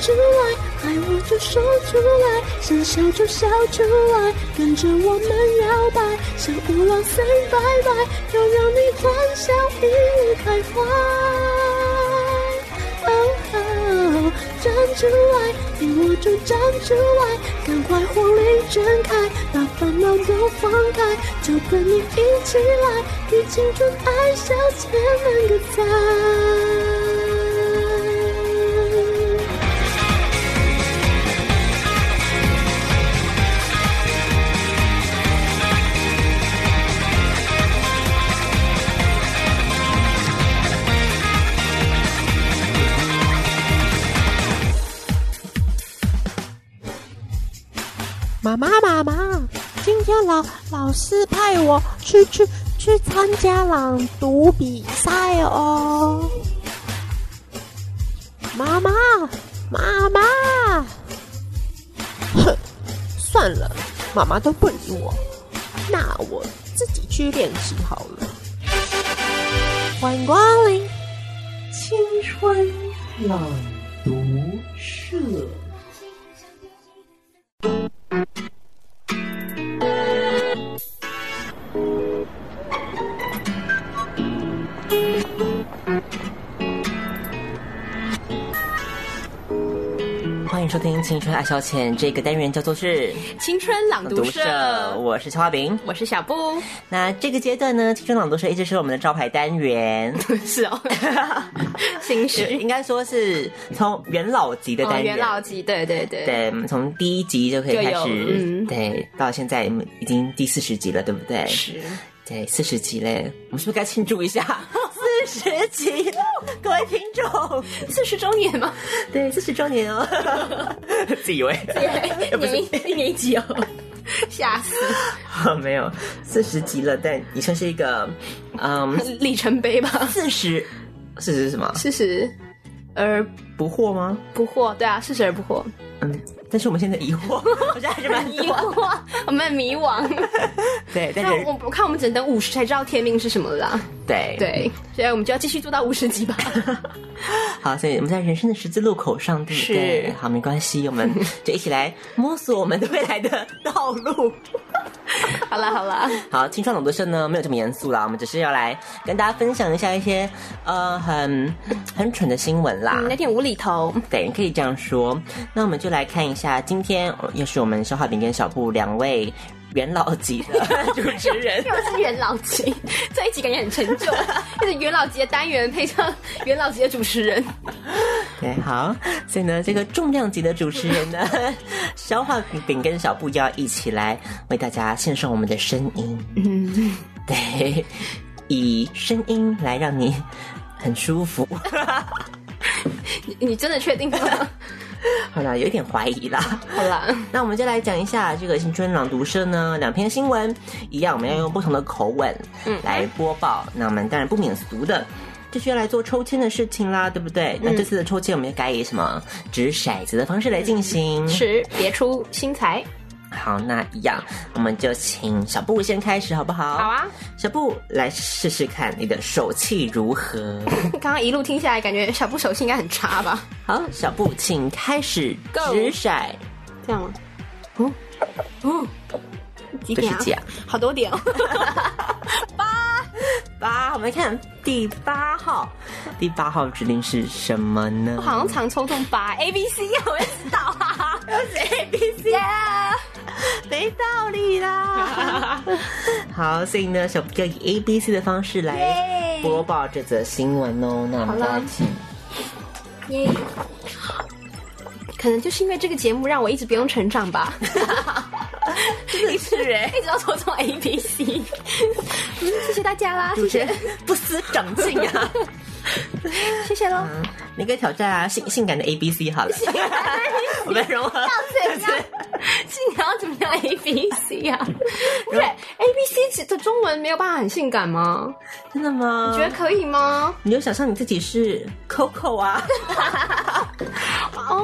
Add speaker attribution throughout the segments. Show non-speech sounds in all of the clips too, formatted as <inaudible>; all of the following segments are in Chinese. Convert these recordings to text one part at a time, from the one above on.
Speaker 1: 出来，爱我就说出来，想笑就笑出来，跟着我们摇摆，像五郎三拜拜，要让你欢笑一路开怀。哦哦，站出来，你我就站出来，赶快火力全开，把烦恼都放开，就跟你一起来，给青春爱笑千万个赞。
Speaker 2: 妈妈，妈妈，今天老老师派我去去去参加朗读比赛哦。妈妈，妈妈，哼，算了，妈妈都不理我，那我自己去练习好了。欢迎光临，
Speaker 3: 青春朗读社。
Speaker 4: 欢迎收听《青春爱消遣》这个单元，叫做是
Speaker 5: 青春朗读社，
Speaker 4: 我是乔花饼。
Speaker 5: 我是小布， <laughs>
Speaker 4: 那这个阶段呢，青春朗读社一直是我们的招牌单
Speaker 5: <laughs>
Speaker 4: 元，
Speaker 5: 是哦，心
Speaker 4: 是
Speaker 5: 虚
Speaker 4: 应该说是从元老级的
Speaker 5: 哦，
Speaker 4: 单元。
Speaker 5: 元老级，对对对，
Speaker 4: 对，我们从第一集就可以
Speaker 5: 就
Speaker 4: 开
Speaker 5: 有
Speaker 4: 始，
Speaker 5: 嗯
Speaker 4: 对，到现在已经第四十集了，对不对？
Speaker 5: 是
Speaker 4: 对，四十集嘞，我们是不是该庆祝一下
Speaker 5: <laughs>
Speaker 4: 四十集了？各位听众，
Speaker 5: 四十周年 <laughs> 吗？
Speaker 4: 对，四十周年
Speaker 5: <laughs>
Speaker 4: 哦，自以为，
Speaker 5: 一年一一年一集哦， <laughs> 吓死， <laughs>
Speaker 4: 哦没有四十集了，但也算是一个，嗯，
Speaker 5: 里程碑吧，
Speaker 4: 四十，四十是什么？
Speaker 5: 四十而
Speaker 4: 不惑吗？
Speaker 5: 不惑，对啊，四十而不惑，
Speaker 4: 嗯，但是我们现在疑惑，我现在还是蛮疑
Speaker 5: 迷。惑， <laughs> 我们迷惘，
Speaker 4: 对，但
Speaker 5: 那
Speaker 4: 是
Speaker 5: 我我看我们只能等五十才知道天命是什么了啦，
Speaker 4: 对，
Speaker 5: 对，所以我们就要继续做到五十集 <laughs> 吧，
Speaker 4: 好，所以我们在人生的十字路口上，对不对？
Speaker 5: 是
Speaker 4: 好，没关系，我们就一起来摸索我们的未来的道路。
Speaker 5: 好啦好啦，
Speaker 4: 好，青春朗读社呢没有这么严肃啦，我们只是要来跟大家分享一下一些呃很很蠢的新闻啦。
Speaker 5: 嗯，有点无厘头，
Speaker 4: 对，可以这样说。那我们就来看一下，今天呃又是我们消化饼跟小布两位元老级的 <laughs> 主持人。
Speaker 5: 又是元老级，这一集感觉很沉重， <laughs> 就是元老级的单元配上元老级的主持人，
Speaker 4: 对，好，所以呢，这个重量级的主持人呢， <laughs> 消化饼跟小布要一起来为大家献上我们的声音。嗯，对，以声音来让你很舒服。 <laughs>
Speaker 5: 你你真的确定吗？
Speaker 4: 好啦，有一点怀疑啦。
Speaker 5: 好啦，
Speaker 4: 那我们就来讲一下这个新春朗读社呢，两篇新闻一样，我们要用不同的口吻来播报。那我们当然不免俗的。就是要来做抽签的事情啦，对不对？那这次的抽签，我们就改以什么掷骰子的方式来进行？
Speaker 5: 是别出心裁。 <laughs>
Speaker 4: 好，那一样，我们就请小布先开始，好不好？
Speaker 5: 好啊，
Speaker 4: 小布来试试看你的手气如
Speaker 5: <laughs>
Speaker 4: 何。
Speaker 5: 刚刚一路听下来，感觉小布手气应该很差吧？
Speaker 4: 好，小布，请开始
Speaker 5: Go
Speaker 4: 掷骰。
Speaker 5: 这样吗？哦哦，几
Speaker 4: 这
Speaker 5: 点
Speaker 4: 是
Speaker 5: 啊？
Speaker 4: 几啊？
Speaker 5: 好多点哦。 <laughs>
Speaker 4: 八，我们来看第八号，第八号指令是什么呢？
Speaker 5: 我好像常抽中八 A B C，我也知
Speaker 4: <laughs>
Speaker 5: 道啊。A B C 啊，
Speaker 4: 没道理啦。 <laughs> 好，所以呢，小布要以 A、B、C 的方式来
Speaker 5: 耶
Speaker 4: 播报这则新闻哦。那我们大家请
Speaker 5: 耶！可能就是因为这个节目让我一直不用成长吧。 <laughs> 真的是哎， <laughs> 一直要抽中 A B C。嗯，谢谢大家啦，谢谢
Speaker 4: <laughs> 不思长进啊！
Speaker 5: 谢谢喽。
Speaker 4: 嗯你可以挑战啊，性性感的 A B C 好了，我们融合
Speaker 5: 怎 <laughs> 样？性感要怎么样？A B C 啊？不是 A B C 的中文没有办法很性感吗？
Speaker 4: 真的吗？
Speaker 5: 你觉得可以吗？
Speaker 4: 你就想象你自己是 Coco 啊，
Speaker 5: 哦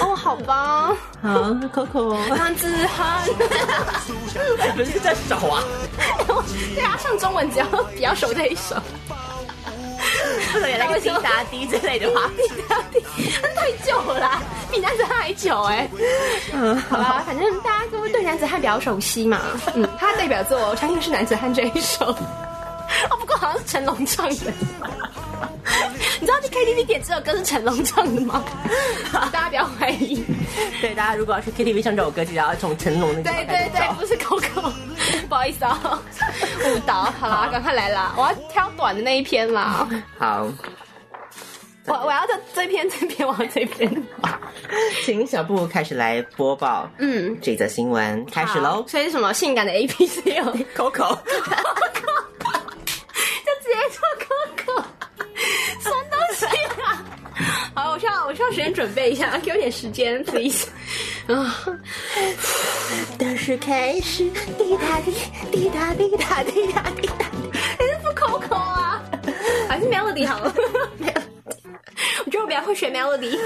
Speaker 5: 哦，好 <laughs> 吧，
Speaker 4: 好 Coco，
Speaker 5: 张子涵，
Speaker 4: <laughs> 不是在手啊，
Speaker 5: <laughs> 对啊，上中文只要比较熟这一首。
Speaker 4: 不能有那个滴答滴之类的话。
Speaker 5: 滴答滴，那太旧啦，比男子汉还久哎、嗯，好啦，反正大家都对男子汉比较熟悉嘛。嗯，他的代表作我相信是《男子汉》这一首。 <laughs> 哦，不过好像是成龙唱的。 <laughs> 你知道去 KTV 点这首歌是成龙唱的吗？ <laughs> 大家不要怀疑。
Speaker 4: 对，大家如果要去 KTV 唱这首歌，记得要从成龙的
Speaker 5: 对对对，不是 Coco，不好意思啊，误导。好啦，赶快来啦，我要挑短的那一篇 <laughs> 啦。
Speaker 4: 好，
Speaker 5: 我我要这这篇这篇，我要这篇。
Speaker 4: 请小布开始来播报，嗯，这则新闻开始喽
Speaker 5: 好。所以什么性感的 A P C <laughs> 哦，
Speaker 4: Coco，
Speaker 5: 就直接说 Coco，什么东西啊？好，我需要我需要时间准备一下，给我点时间，please。啊，
Speaker 2: 但是开始滴答滴滴答滴答滴答
Speaker 4: <laughs>
Speaker 2: 滴答，
Speaker 5: 还哎是不 Coco 啊？还是 Melody 好了。 <laughs> 我觉得我比较会选 Melody，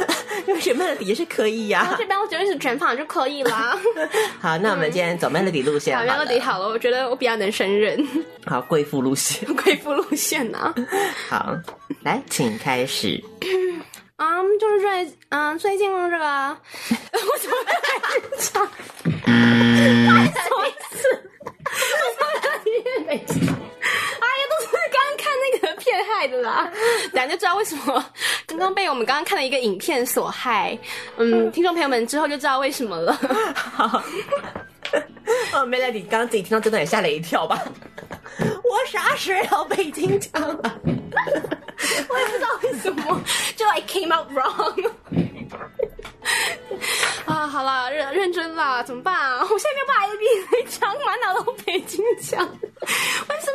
Speaker 4: 用学 Melody 也是可以呀、
Speaker 5: 这边我觉得是全访就可以 <laughs> 啦。
Speaker 4: 好，那我们今天走 Melody 路线
Speaker 5: 好
Speaker 4: 好了，
Speaker 5: ，Melody 好了，我觉得我比较能胜任
Speaker 4: 好贵妇路线。
Speaker 5: 贵妇路线呐、啊。
Speaker 4: 好，来，请开始。
Speaker 5: 啊、就是最嗯、最近这个， <laughs> 我怎么在 <laughs> 唱？哎呀，都是刚刚看那个片害的啦，大家就知道为什么刚刚被我们刚刚看的一个影片所害。嗯，听众朋友们之后就知道为什么了。
Speaker 4: <laughs> 哦，Melody 刚刚自己听到这段也吓了一跳 <laughs> 吧？我啥时候被金枪了？
Speaker 5: 我也不知道为什么，就 I came out wrong。啊，好啦，认认真啦，怎么办啊？我现在没有办法 A B 来讲，满脑都北京腔，为什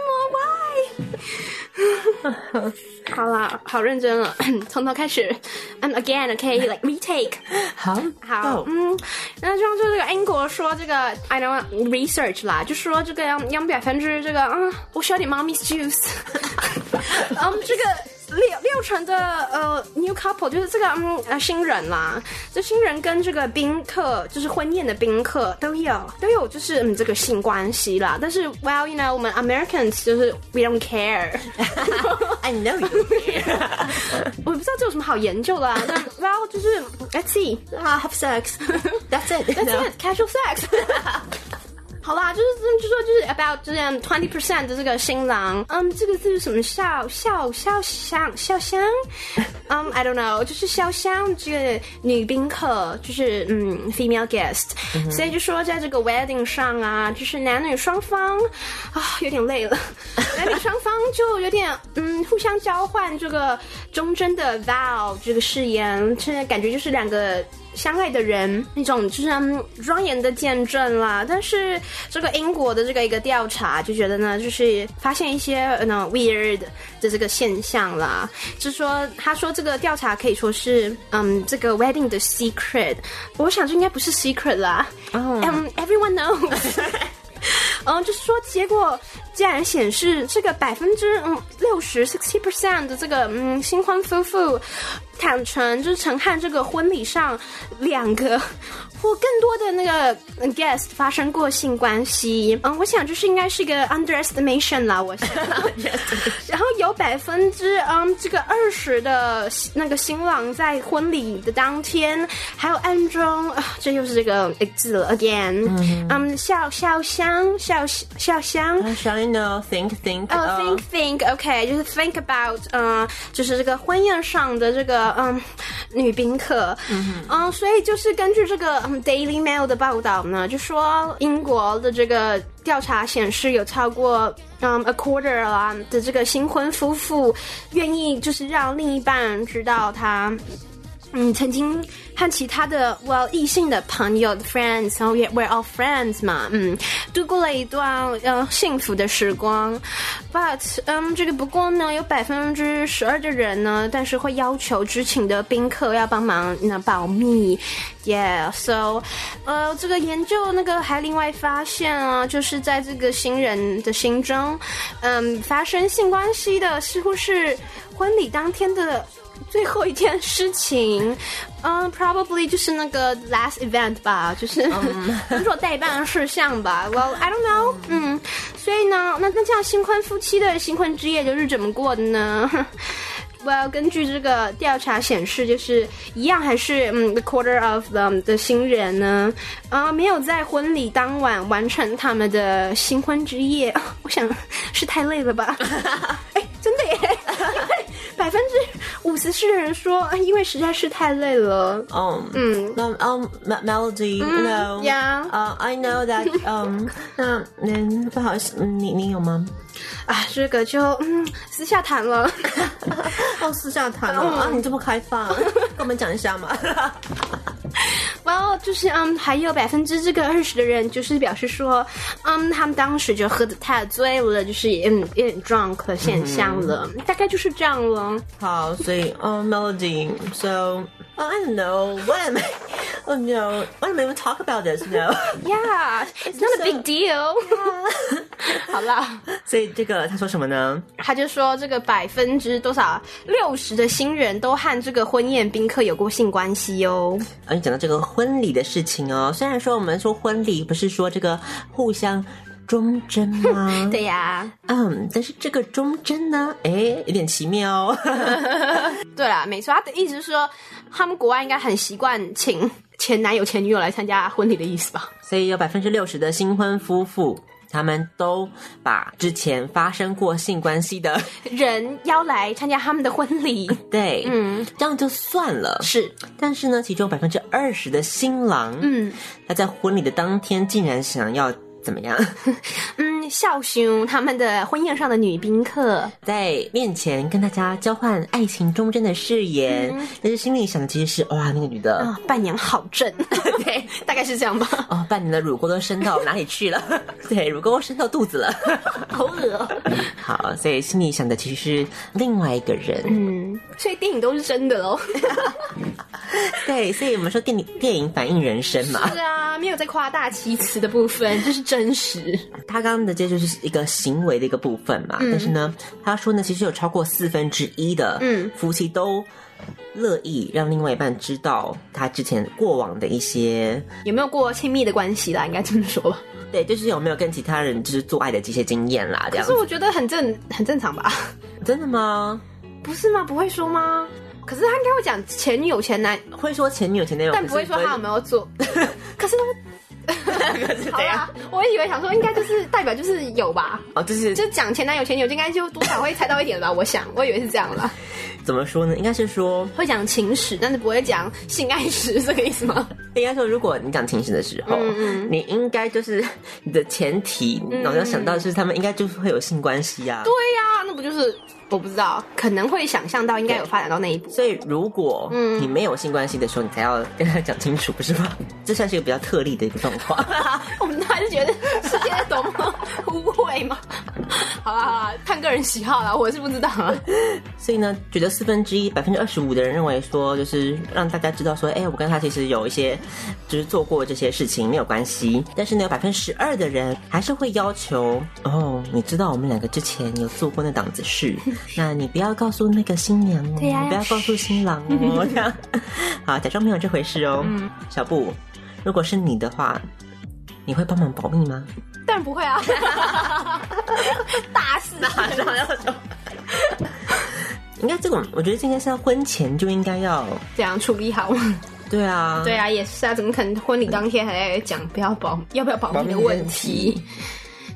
Speaker 5: 么？Why？好啦，好认真了，从头开始，and again，OK，like、retake。
Speaker 4: 好，哦
Speaker 5: 好，嗯，那就像这个英国说这个，I don't know, research 啦，就说这个要要百分之这个啊、嗯，我需要点 mommy's juice，嗯，这个。六六成的呃 new couple 就是这个嗯呃新人啦，这新人跟这个宾客就是婚宴的宾客都有都有就是嗯这个性关系啦，但是 well you know 我们 Americans 就是 we don't care，
Speaker 4: I know you
Speaker 5: 我也不知道这有什么好研究的啊，但 well 就是 let's see。
Speaker 4: 啊，have sex. That's it.
Speaker 5: That's it, casual sex 。 <laughs> 好啦，就是就说就是 about 这样 twenty percent 的这个新郎，嗯，这个字是什么笑笑笑香笑香，嗯、i don't know，就是潇湘这个女宾客，就是嗯 female guest，、所以就说在这个 wedding 上啊，就是男女双方啊有点累了，男女双方就有点嗯互相交换这个忠贞的 vow 这个誓言，现在感觉就是两个相爱的人那种就是嗯庄严的见证啦。但是这个英国的这个一个调查就觉得呢，就是发现一些呃那 weird 的这个现象啦，就是说他说这个调查可以说是嗯这个 wedding 的 secret，我想这应该不是 secret 啦，嗯、everyone knows 。嗯，就是说，结果竟然显示这个百分之嗯六十 sixty percent 的这个嗯新婚夫妇坦诚，就是陈汉这个婚礼上两个或更多的那个嗯 guest 发生过性关系。嗯，我想就是应该是一个 underestimation 啦，我想。然后有百分之嗯这个二十的那个新郎在婚礼的当天，还有暗中啊，这又是这个字了 again，嗯，笑笑香笑笑香。
Speaker 4: Uh, Shall you know? Think, Oh, think. uh,
Speaker 5: 哦、t h i n k think，OK，、就是 think about，嗯、就是这个婚宴上的这个嗯、女宾客，嗯、所以就是根据这个嗯 Daily Mail 的报道呢，就说英国的这个调查显示，有超过嗯 a quarter 啦的这个新婚夫妇愿意就是让另一半知道他。嗯，曾经和其他的 well 异性的朋友 friends，然后也 we're all friends 嘛，嗯，度过了一段呃幸福的时光。But，嗯，这个不过呢，有百分之十二的人呢，但是会要求知情的宾客要帮忙那保密。Yeah，so，呃，这个研究那个还另外发现啊，就是在这个新人的心中，嗯，发生性关系的似乎是婚礼当天的最后一件事情，嗯、p r o b a b l y 就是那个 last event 吧，就是 <laughs> 工作代办事项吧。Well, I don't know，嗯，所以呢，那那这样新婚夫妻的新婚之夜就是怎么过的呢？ <laughs> Well，根据这个调查显示，就是一样还是嗯，the quarter of them 的新人呢，啊、没有在婚礼当晚完成他们的新婚之夜。 <laughs> 我想是太累了吧？哎，真的耶！ <laughs> 百分之五十四的人说，啊因为实在是太累了。
Speaker 4: Um,
Speaker 5: Mm.
Speaker 4: no, um, Me- Melody, no,
Speaker 5: yeah.
Speaker 4: uh, I know that. <laughs> Um, 那嗯，不好意思，嗯你你有吗？
Speaker 5: 啊，这个就嗯，私下谈了。 <laughs>
Speaker 4: 哦，私下谈哦，啊，你这么开放，跟我们讲一下嘛。
Speaker 5: 然后就是嗯，还有百分之这个二十的人就是表示说，嗯，他们当时就喝的太醉了，就是嗯有点 drunk 的现象了，大概就是这样了。
Speaker 4: 好，所以嗯、m e l o d y so uh, I don't know what am I, <laughs> oh no, why don't we even talk about this no？
Speaker 5: Yeah, it's not a big deal <laughs> 好啦，
Speaker 4: <laughs> 所以这个他说什么呢？
Speaker 5: 他就说这个百分之多少六十的新人都和这个婚宴宾客有过性关系哦。
Speaker 4: 而啊且讲到这个婚礼的事情哦，虽然说我们说婚礼不是说这个互相忠贞吗？
Speaker 5: <laughs> 对呀、
Speaker 4: 嗯，但是这个忠贞呢，哎，有点奇妙哦。 <laughs>
Speaker 5: 对啦，没错，他的意思是说，他们国外应该很习惯请 <laughs> 前男友、前女友来参加婚礼的意思吧？
Speaker 4: 所以有百分之六十的新婚夫妇，他们都把之前发生过性关系的，
Speaker 5: <laughs> 人邀来参加他们的婚礼，
Speaker 4: 对，
Speaker 5: 嗯，
Speaker 4: 这样就算了。
Speaker 5: 是，
Speaker 4: 但是呢，其中百分之二十的新郎，
Speaker 5: 嗯
Speaker 4: 他在婚礼的当天竟然想要怎么样， <laughs>
Speaker 5: 嗯，孝兄他们的婚宴上的女宾客，
Speaker 4: 在面前跟大家交换爱情忠贞的誓言，但是心里想的其实是哇，那个女的。
Speaker 5: 嗯啊、伴娘好正， <laughs> 对，大概是这样吧。
Speaker 4: 哦，半年的乳沟都伸到哪里去了？ <laughs> 对，乳沟伸到肚子
Speaker 5: <laughs>
Speaker 4: 了。
Speaker 5: 好恶哦，
Speaker 4: 好，所以心里想的其实是另外一个人。
Speaker 5: 嗯，所以电影都是真的喽。
Speaker 4: 对，所以我们说电影电影反映人生嘛。
Speaker 5: <laughs> 是啊，没有在夸大其词的部分，这是真实。
Speaker 4: 他刚刚的这就是一个行为的一个部分嘛。但是呢，他说呢，其实有超过四分之一的
Speaker 5: 嗯
Speaker 4: 夫妻都乐意让另外一半知道他之前过往的一些，
Speaker 5: 有没有过亲密的关系啦？应该这么说吧。
Speaker 4: 对，就是有没有跟其他人就是做爱的这些经验啦，这
Speaker 5: 可
Speaker 4: 样
Speaker 5: 是
Speaker 4: 子。
Speaker 5: 我觉得很正，很正常吧？
Speaker 4: 真的吗？
Speaker 5: 不是吗？不会说吗？可是他应该会讲前女友、前男，
Speaker 4: 会说前女友前男友，
Speaker 5: 但不会
Speaker 4: 啊可
Speaker 5: 说
Speaker 4: 是
Speaker 5: 他有
Speaker 4: <laughs>
Speaker 5: 没有做。 <laughs> 可是
Speaker 4: 是
Speaker 5: 好
Speaker 4: 怎样？
Speaker 5: 啦，我以为想说应该就是代表就是有吧，
Speaker 4: 哦，就是
Speaker 5: 就讲前男友前女友，应该就多少会猜到一点吧。我想，我以为是这样啦，
Speaker 4: 怎么说呢？应该是说，
Speaker 5: 会讲情史，但是不会讲性爱史，这个意
Speaker 4: <laughs>
Speaker 5: 思吗？
Speaker 4: 应该说，如果你讲情史的时候，
Speaker 5: 嗯
Speaker 4: 你应该就是你的前提，脑要想到就是他们应该就是会有性关系啊。
Speaker 5: 对呀、那不就是我不知道，可能会想象到应该有发展到那一步。
Speaker 4: 所以，如果你没有性关系的时候，你才要跟他讲清楚，不是吗？这算是一个比较特例的一个状况。
Speaker 5: <laughs> 我们还是觉得世界在多么 <laughs> 污秽吗？好啦好啦，看个人喜好啦，我是不知道啊。
Speaker 4: 所以呢，觉得四分之一，百分之二十五的人认为说，就是让大家知道说，哎、我跟他其实有一些，就是做过这些事情，没有关系。但是呢，有百分之十二的人还是会要求，哦，你知道我们两个之前有做过那档子
Speaker 5: <laughs>
Speaker 4: 事，那你不要告诉那个新娘哦，
Speaker 5: 对呀
Speaker 4: 你不要告诉新郎
Speaker 5: <laughs>
Speaker 4: 哦，这样， <laughs> 好，假装没有这回事哦。
Speaker 5: 嗯
Speaker 4: 小布，如果是你的话，你会帮忙保密
Speaker 5: <laughs>
Speaker 4: 吗？
Speaker 5: 当然不会啊，大 <laughs> 事大事
Speaker 4: 应该这种，我觉得这应该是要婚前就应该要，
Speaker 5: 这样处理好。
Speaker 4: 对啊，
Speaker 5: 对啊，也是啊，怎么可能婚礼当天还在讲不要保要不要保密的问题？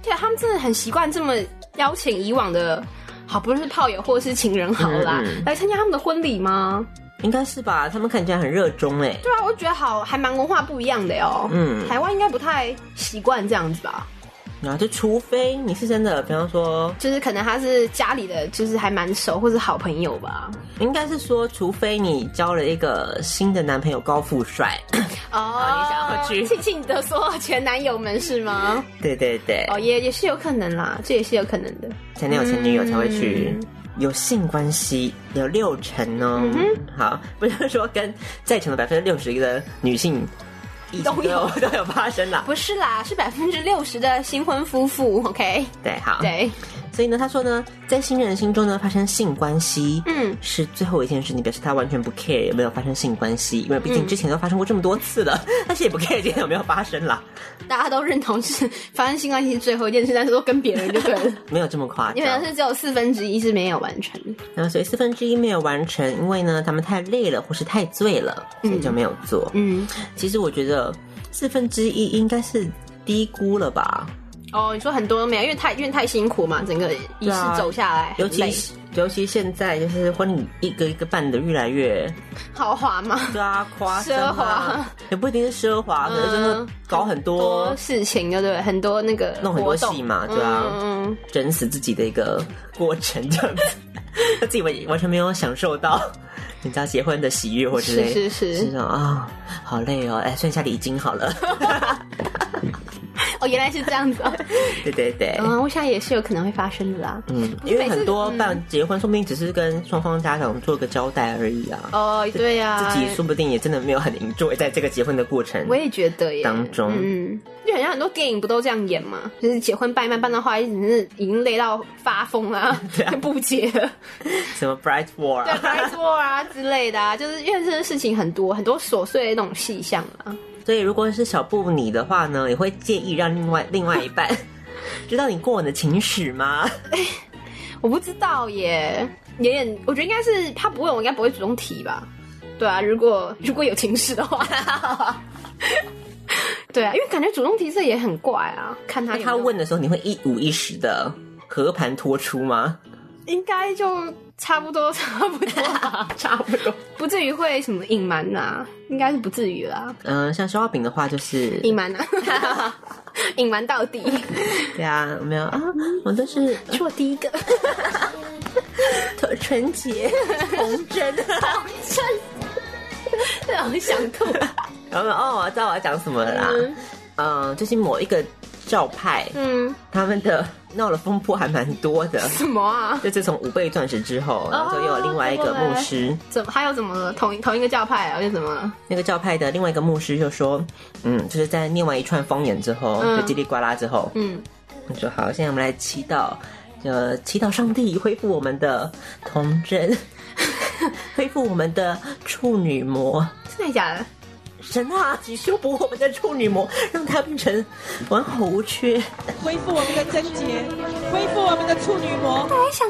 Speaker 5: 对啊，他们真的很习惯这么邀请以往的，好不论是炮友或是情人好啦，
Speaker 4: 嗯嗯
Speaker 5: 来参加他们的婚礼吗？
Speaker 4: 应该是吧？他们看起来很热衷哎、
Speaker 5: 对啊，我觉得好，还蛮文化不一样的哦。
Speaker 4: 嗯
Speaker 5: 台湾应该不太习惯这样子吧？
Speaker 4: 然后就除非你是真的，比方说，
Speaker 5: 就是可能他是家里的，就是还蛮熟或是好朋友吧。
Speaker 4: 应该是说，除非你交了一个新的男朋友高富帅， <clears throat>
Speaker 5: 哦
Speaker 4: 你想要去
Speaker 5: 庆幸你的所有前男友们是吗？
Speaker 4: 对对对，
Speaker 5: 哦，也也是有可能啦，这也是有可能的。
Speaker 4: 前男友前女友才会去。
Speaker 5: 嗯
Speaker 4: 有性关系有六成哦，好，不是说跟在场的百分之六十一的女性一起
Speaker 5: 都有
Speaker 4: <laughs> 都有发生啦。
Speaker 5: 不是啦，是百分之六十的新婚夫妇。OK， <laughs>
Speaker 4: 对，好，
Speaker 5: 对，
Speaker 4: 所以呢，他说呢，在新人心中呢发生性关系，
Speaker 5: 嗯，
Speaker 4: 是最后一件事情，表示他完全不 care 有没有发生性关系，因为毕竟之前都发生过这么多次了， <laughs> 但是也不 care 今天有没有发生啦，
Speaker 5: 大家都认同是 <laughs> 发生性关系是最后一件事，但是都跟别人就对了。
Speaker 4: 没有这么夸
Speaker 5: 因为
Speaker 4: 张
Speaker 5: 像。是只有四分之一是没有完成的，
Speaker 4: 那么所以四分之一没有完成，因为呢他们太累了或是太醉了，所以就没有做。
Speaker 5: 嗯，
Speaker 4: 其实我觉得四分之一应该是低估了吧，
Speaker 5: 哦，你说很多都没有，因为太因为太辛苦嘛，整个仪
Speaker 4: 对
Speaker 5: 式
Speaker 4: 啊
Speaker 5: 走下来，
Speaker 4: 尤
Speaker 5: 很累
Speaker 4: 其是尤其现在就是婚礼一个一个办的越来越
Speaker 5: 豪华嘛，
Speaker 4: 对啊，夸张
Speaker 5: 奢
Speaker 4: 啊
Speaker 5: 华，嗯
Speaker 4: 也不一定是奢华，可能就是搞很多
Speaker 5: 多事情，对不对？很多那个
Speaker 4: 弄很多
Speaker 5: 活动
Speaker 4: 戏嘛对啊
Speaker 5: 嗯嗯，
Speaker 4: 整死自己的一个过程，这
Speaker 5: <laughs>
Speaker 4: 样子，他自己完完全没有享受到人家结婚的喜悦或之类，
Speaker 5: 是是是
Speaker 4: 这种啊，好累哦，哎，算一下礼金好
Speaker 5: <laughs>
Speaker 4: 了，
Speaker 5: 嗯哦，原来是这样子、哦，
Speaker 4: 对对对。
Speaker 5: 嗯，我想也是有可能会发生的啦。
Speaker 4: 嗯，
Speaker 5: 不是
Speaker 4: 因为
Speaker 5: 每次
Speaker 4: 很多办结婚，说不定只是跟双方家长做个交代而已啊。
Speaker 5: 哦，对呀、
Speaker 4: 自己说不定也真的没有很 enjoy 在这个结婚的过程。
Speaker 5: 我也觉得耶，
Speaker 4: 当中
Speaker 5: 嗯，就很像很多电影不都这样演嘛，就是结婚办一办，办到后来已经是已经累到发疯了，
Speaker 4: 啊
Speaker 5: 就不结
Speaker 4: <laughs>
Speaker 5: 了，
Speaker 4: 什么 bright war
Speaker 5: 对，
Speaker 4: 啊，
Speaker 5: 拍拖啊之类的啊，就是因为这件事情很多很多琐碎的那种细项啊，
Speaker 4: 所以如果是小布你的话呢，也会介意让另外另外一半 <laughs> 知道你过往的情史吗？
Speaker 5: 我不知道耶，有点，我觉得应该是他不会，我应该不会主动提吧，对啊，如果如果有情史的话。 <laughs> 对啊，因为感觉主动提这也很怪啊，看他
Speaker 4: 那
Speaker 5: 有没
Speaker 4: 他
Speaker 5: 有
Speaker 4: 问的时候，你会一五一十的和盘托出吗？
Speaker 5: 应该就差不多，差不多吧，
Speaker 4: 差不多。
Speaker 5: 不至于会什么隐瞒啦，应该是不至于啦，
Speaker 4: 嗯，像消化饼的话就是，
Speaker 5: 隐瞒啦， <laughs> 隐瞒到底，
Speaker 4: 对啊，没有啊，我都是
Speaker 5: 是我第一个，
Speaker 4: 纯纯洁童真。
Speaker 5: 对，很想吐，
Speaker 4: 然后哦，我知道我要讲什么了啦。嗯，最近某一个教派，
Speaker 5: 嗯，
Speaker 4: 他们的闹了风波还蛮多的。
Speaker 5: 什么啊？
Speaker 4: 就自从五倍钻石之后，然后就又哦有哎另外一个
Speaker 5: 对
Speaker 4: 牧师，
Speaker 5: 怎么还有怎么了？同一同一个教派啊？又怎么了？
Speaker 4: 那个教派的另外一个牧师就说，嗯，就是在念完一串方言之后，
Speaker 5: 嗯
Speaker 4: 就叽里呱啦之后，
Speaker 5: 嗯，
Speaker 4: 我说好，现在我们来祈祷，呃，祈祷上帝恢复我们的童真，恢复我们的处女膜。
Speaker 5: 真的假的？
Speaker 4: 神啊，请修补我们的处女膜，让它变成完好无缺。
Speaker 6: 恢复我们的贞洁，恢复我们的处女膜。
Speaker 5: 我还想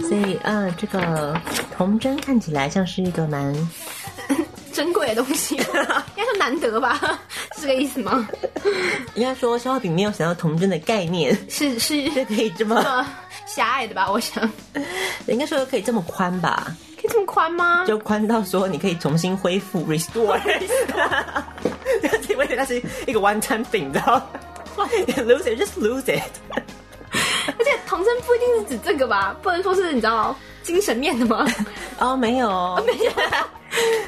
Speaker 5: 什么？
Speaker 4: 所以，呃，这个童真看起来像是一个蛮……
Speaker 5: 珍贵的东 <laughs> 西，应该说难得吧？是这个意思吗？
Speaker 4: 应该说，肖化饼没有想到童真的概念
Speaker 5: 是是，
Speaker 4: 是可以这么，
Speaker 5: 呃，狭隘的吧？我想，
Speaker 4: 应该说可以这么宽吧。
Speaker 5: 可以这么
Speaker 4: <laughs>
Speaker 5: 宽吗？
Speaker 4: 就宽到说你可以重新恢复 restore，就是因为它是一个 one time thing，你知道吗 <laughs> ？lose it just lose it，
Speaker 5: 而且童真不一定是指这个吧，不能说是你知道精神面的 <laughs> 吗？
Speaker 4: 哦，没有，
Speaker 5: 没有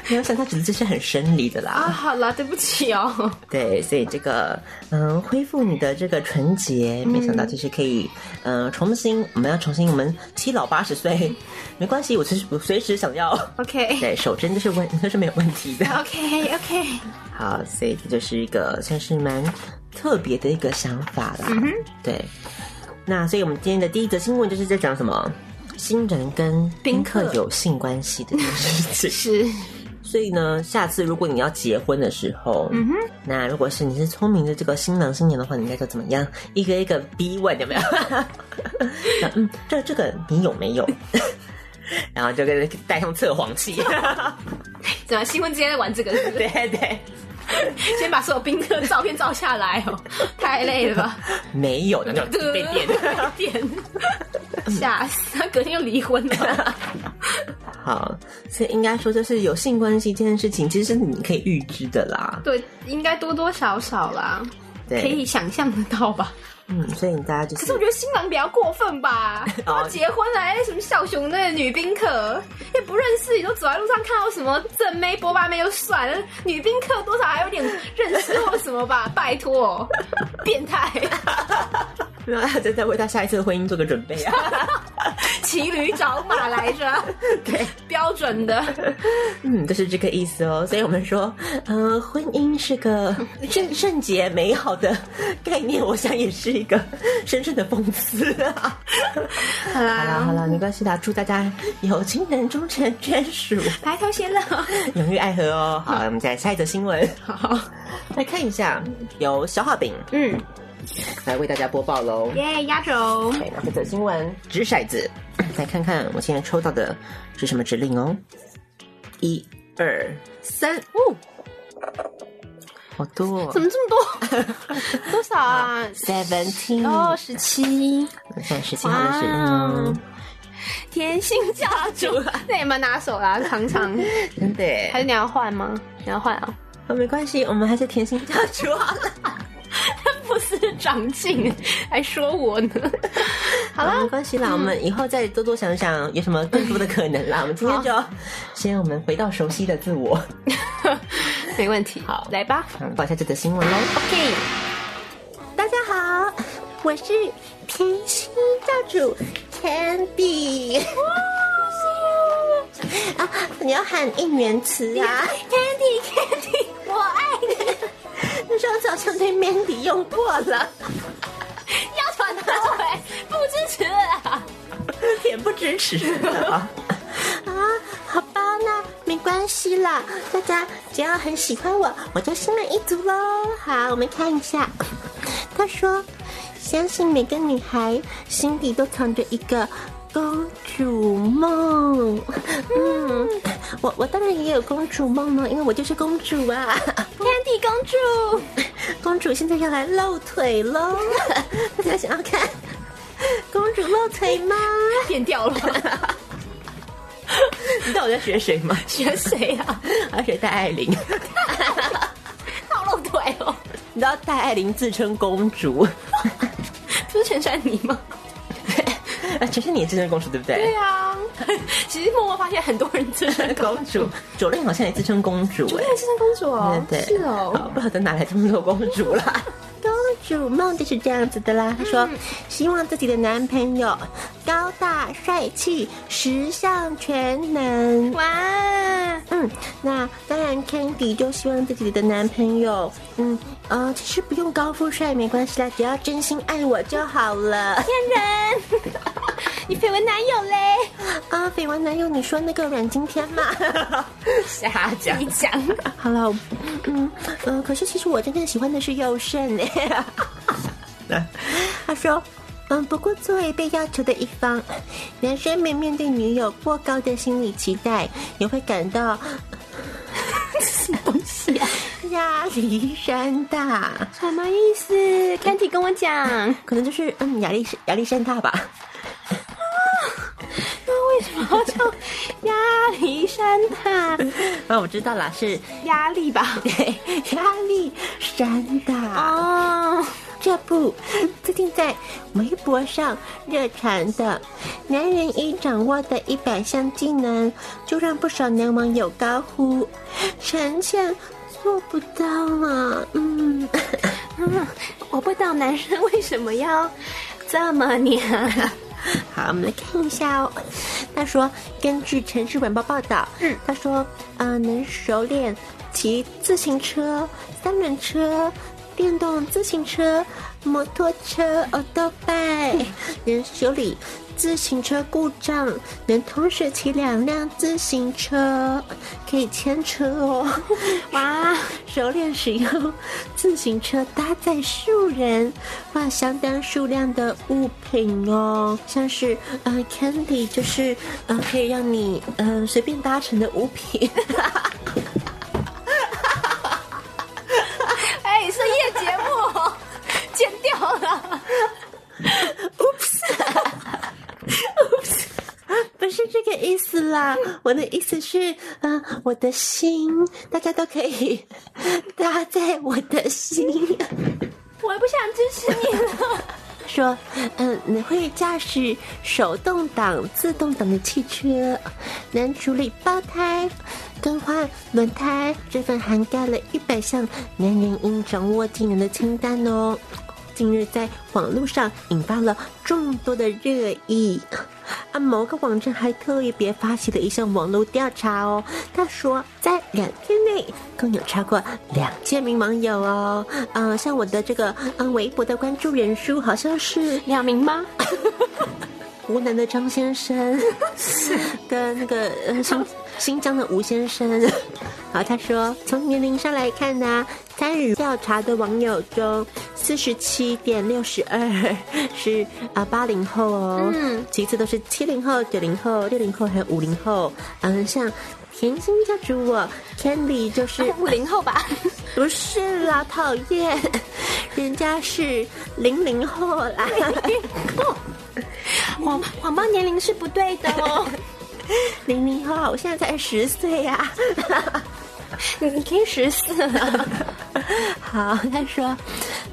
Speaker 4: 没有想到只是这是很生理的啦。
Speaker 5: 啊，好啦，对不起哦。
Speaker 4: 对，所以这个嗯，恢复你的这个纯洁，没想到就是可以嗯，重新我们要重新我们七老八十岁，没关系，我随时我随时想 <laughs> 要。
Speaker 5: <laughs> OK
Speaker 4: 对手真就是问，就是没有问题的。
Speaker 5: OK OK，
Speaker 4: 好，所以这就是一个算是蛮特别的一个想法啦。嗯、对，那所以我们今天的第一则新闻就是在讲什么？新人跟宾客
Speaker 5: 宾客
Speaker 4: 有性关系的这件事 <laughs> 情。
Speaker 5: <laughs> 是
Speaker 4: 所以呢，下次如果你要结婚的时候，嗯、那如果是你是聪明的这个新郎新娘的话，你应该就怎么样？一个一个逼问有没有？ <laughs> 那嗯，这这个你有没有？ <laughs> 然后就跟带上测谎器， <laughs>
Speaker 5: 怎么新婚之间在玩 <laughs> 这个是不
Speaker 4: 对
Speaker 5: 是？
Speaker 4: 对，
Speaker 5: 先把所有宾客照片照下来 <laughs> 哦，太累了吧？
Speaker 4: 没有，那就被电。
Speaker 5: 被电， <laughs> 吓死！他隔天又离婚了。
Speaker 4: 好，所以应该说，就是有性关系这件事情，其实是你可以预知的啦。
Speaker 5: <laughs> 对，应该多多少少啦，
Speaker 4: 对，
Speaker 5: 可以想象得到吧？
Speaker 4: 嗯，所以大家就
Speaker 5: 可
Speaker 4: 是，
Speaker 5: 是我觉得新郎比较过分 <laughs> 吧，都要结婚了，还什么小熊那个女宾客也不认识，你都走在路上看到什么正妹、波霸妹就算了，女宾客多少还有点认识或什么吧，拜 <laughs> 托，变态，
Speaker 4: 没有，大家在为他下一次的婚姻做个准备啊。
Speaker 5: 骑驴找马来着， <laughs>
Speaker 4: 对，
Speaker 5: 标准的。
Speaker 4: 嗯，就是这个意思哦。所以我们说，呃，婚姻是个圣圣洁美好的概念，我想也是一个深深的讽刺啊。
Speaker 5: 好 <laughs>
Speaker 4: 好啦
Speaker 5: 啦，
Speaker 4: 好啦，没关系啦，祝大家有情人终成眷属，
Speaker 5: 白头偕老。
Speaker 4: 永浴爱河哦。好，我们再来下一则新闻，
Speaker 5: 好，
Speaker 4: 来看一下，由小画饼
Speaker 5: 嗯，
Speaker 4: 来为大家播报喽。
Speaker 5: 耶，压轴。
Speaker 4: 对，那这则新闻掷骰子，来看看我现在抽到的是什么指令哦。一、二、三，哦，好多、
Speaker 5: 怎
Speaker 4: 哦。
Speaker 5: 么这么 <laughs> 多？多少啊？
Speaker 4: Seventeen，
Speaker 5: 哦，十七。
Speaker 4: 现在十七号的
Speaker 5: 哇
Speaker 4: 是，嗯，
Speaker 5: 甜心教 <laughs> 主，那也蛮拿手啦，常常。
Speaker 4: 真的耶
Speaker 5: 啊 <laughs> 还是你要换吗？你要换啊？
Speaker 4: 哦，没关系，我们还是甜心教主好了。
Speaker 5: <laughs> 不是长进，还说我呢？ <laughs> 好啊啦
Speaker 4: 好，没关系啦，我们以后再多多想想有什么更多的可能啦。我们今天就先我们回到熟悉的自我，
Speaker 5: 嗯没问题。好，来吧。
Speaker 4: 嗯报一下这则新闻喽。
Speaker 5: OK，
Speaker 2: 大家好，我是甜心教主 Candy。啊，你要喊应援词啊，Candy Candy，我爱你。上次好像对 Mandy 用过了，
Speaker 5: 要传的回，不支持啊！
Speaker 4: 恬不知耻。
Speaker 2: <laughs> 啊，好吧，那没关系啦，大家只要很喜欢我，我就心满意足喽。好，我们看一下，他说，相信每个女孩心底都藏着一个。公主梦，嗯，我我当然也有公主梦呢，因为我就是公主啊。
Speaker 4: <laughs>
Speaker 5: 天地公主，
Speaker 2: 公主现在要来露腿
Speaker 4: <laughs>
Speaker 2: 喽，大家想要看公主露腿吗？
Speaker 5: 变掉 <laughs> 了，
Speaker 4: <laughs> 你知道我在学谁吗？
Speaker 5: 学谁啊？
Speaker 4: <laughs> 而且戴爱 <laughs> 玲，
Speaker 5: 套路腿哦，
Speaker 4: 你知道戴爱玲自称公主，
Speaker 5: 不是陈珊妮吗？
Speaker 4: <laughs> 啊，全是你也自称公主对不对？
Speaker 5: 对啊， <laughs> 其实默默发现很多人自称
Speaker 4: 公主，九令好像也自称公主哎、
Speaker 5: <laughs> 自称公主哦
Speaker 4: 对对，好，不晓得哪来这么多公主 <laughs> 啦。
Speaker 2: 公主梦就是这样子的
Speaker 5: 嗯
Speaker 2: 啦。她说，希望自己的男朋友高大帅气、十项全能。
Speaker 5: 哇，
Speaker 2: 嗯，那当然，Candy 就希望自己的男朋友，嗯呃，其实不用高富帅没关系啦，只要真心爱我就好了。 <laughs>
Speaker 5: 骗人！你绯闻男友嘞？
Speaker 2: 啊，绯闻男友，你说那个阮经天嘛？
Speaker 4: <laughs> 瞎讲
Speaker 5: 你，讲，
Speaker 2: 好了，我嗯呃，可是其实我真正喜欢的是佑
Speaker 4: <laughs>
Speaker 2: 胜哎。他说，嗯，不过作为被要求的一方，男生们面对女友过高的心理期待，也会感到 <laughs>
Speaker 5: 东西啊？
Speaker 2: 压力山大，
Speaker 5: 什么意思？甘体跟我讲，
Speaker 2: 可能就是嗯压力压力山大吧。
Speaker 5: 那为什么叫哦压力山大？
Speaker 4: 啊，我知道啦，是
Speaker 5: 压
Speaker 4: <laughs>
Speaker 5: 力吧？
Speaker 2: 对，压力山大。
Speaker 5: 哦，
Speaker 2: 这不， <laughs> 最近在微博上热传的“男人应掌握的一百项技能”，就让不少男网友高呼：“臣妾做不到啊！”嗯，
Speaker 5: 我不懂男生为什么要这么娘。
Speaker 2: 好，我们来看一下哦。他说，根据《城市晚报》报道，嗯，他说，呃，能熟练骑自行车、三轮车、电动自行车、摩托车、欧多拜，能修理自行车故障，能同时骑两辆自行车，可以牵车哦。
Speaker 5: 哇，
Speaker 2: <laughs> 熟练使用自行车搭载数人或相当数量的物品哦，像是呃 candy 就是呃可以让你呃随便搭乘的物品。 <laughs>
Speaker 5: 哎、深夜节目哦剪掉 <laughs> 了，
Speaker 2: 不是这个意思啦，我的意思是，嗯、我的心，大家都可以 <laughs> 搭载我的心。
Speaker 5: 我也不想支持你了。
Speaker 2: 说，嗯，你会驾驶手动挡、自动挡的汽车，能处理爆胎、更换轮胎。这份涵盖了一百项男人应掌握技能的清单哦。近日在网络上引发了众多的热议。
Speaker 4: 啊，某个网站还特别发起了一项网络调查哦，他说在两天内共有超过两千名网友哦，嗯、像我的这个嗯、微博的关注人数好像是
Speaker 5: 两名 <laughs> 吗？
Speaker 4: 湖南的张先生， <laughs> 跟那个呃新新疆的吴先生。 <laughs> 然后他说，从年龄上来看呢、参与调查的网友中，四十七点六十二 <laughs> 是啊八零后哦，嗯，其次都是七零后、九零后、六零后还有五零后。嗯，像甜心教主我 Candy 就是、
Speaker 5: 五零后吧？
Speaker 4: <laughs> 不是啦，讨厌，人家是零零后啦。
Speaker 5: 谎谎报年龄是不对的哦。 <laughs>
Speaker 4: 零零后，我现在才十岁啊呀、
Speaker 5: 你你可以十四了，
Speaker 4: 好，他说，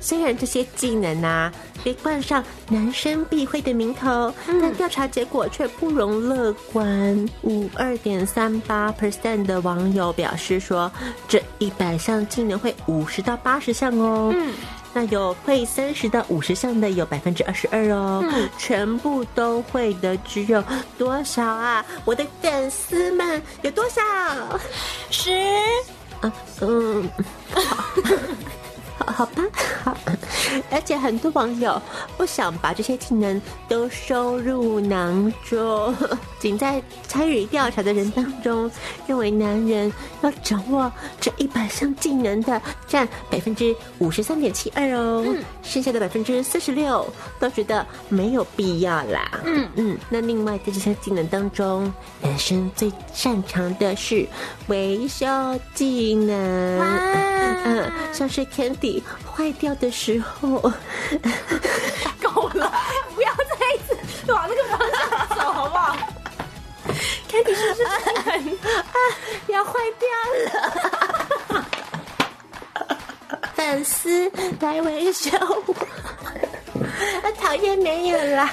Speaker 4: 虽然这些技能啊被冠上男生必会的名头，但调查结果却不容乐观。五二点三八 percent 的网友表示说，这一百项技能会五十到八十项哦。嗯。那有会三十到五十项的有百分之二十二哦，全部都会的只有多少啊？我的粉丝们有多少？
Speaker 5: 十
Speaker 4: 啊，嗯，好，好吧，好。而且很多网友不想把这些技能都收入囊中，仅在参与调查的人当中，认为男人要掌握这一百项技能的占百分之五十三点七二哦，剩下的百分之四十六都觉得没有必要啦。嗯嗯，那另外在这些技能当中，男生最擅长的是维修技能。嗯，像是 Candy 坏掉的时候，
Speaker 5: <laughs> 够了，不要再一次往那个方向走，好
Speaker 4: <laughs>
Speaker 5: 不好？Kitty 是不是很
Speaker 4: 啊要坏掉了，粉丝来维修我，啊， <laughs> 讨厌没有啦。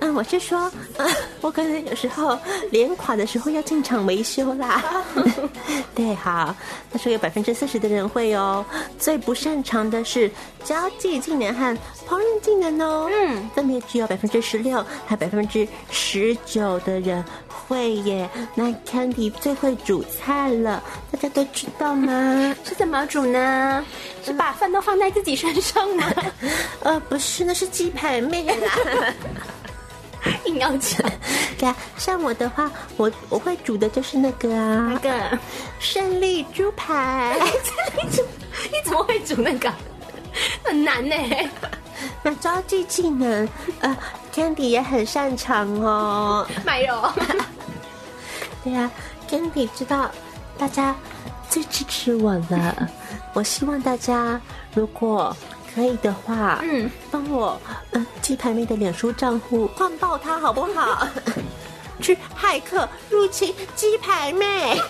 Speaker 4: 嗯，我是说，嗯，我可能有时候连垮的时候要进场维修啦。 <laughs> 对，好，他说有百分之四十的人会哦。最不擅长的是交际技能和烹饪技能哦。嗯，分别只有百分之十六和百分之十九的人会耶。那 Candy 最会煮菜了，大家都知道吗？
Speaker 5: 是怎么煮
Speaker 4: 啊
Speaker 5: 呢？是把饭都放在自己身上吗？
Speaker 4: 呃，不是，那是鸡排妹啦。
Speaker 5: 硬要讲
Speaker 4: 对啊，像我的话，我我会煮的就是那个啊，
Speaker 5: 那个，
Speaker 4: 胜利猪排。 <laughs>
Speaker 5: 你怎么你怎么会煮那个？很难呢、
Speaker 4: 那招技技能，呃，Candy 也很擅长哦。
Speaker 5: 卖肉。
Speaker 4: 对啊，Candy 知道大家最支持我了。 <laughs> 我希望大家如果可以的话，
Speaker 5: <laughs>
Speaker 4: 嗯，帮我嗯鸡排妹的脸书账户换爆它好不好？
Speaker 2: <laughs>
Speaker 4: 去骇客入侵鸡
Speaker 2: <laughs>
Speaker 4: 排妹。啊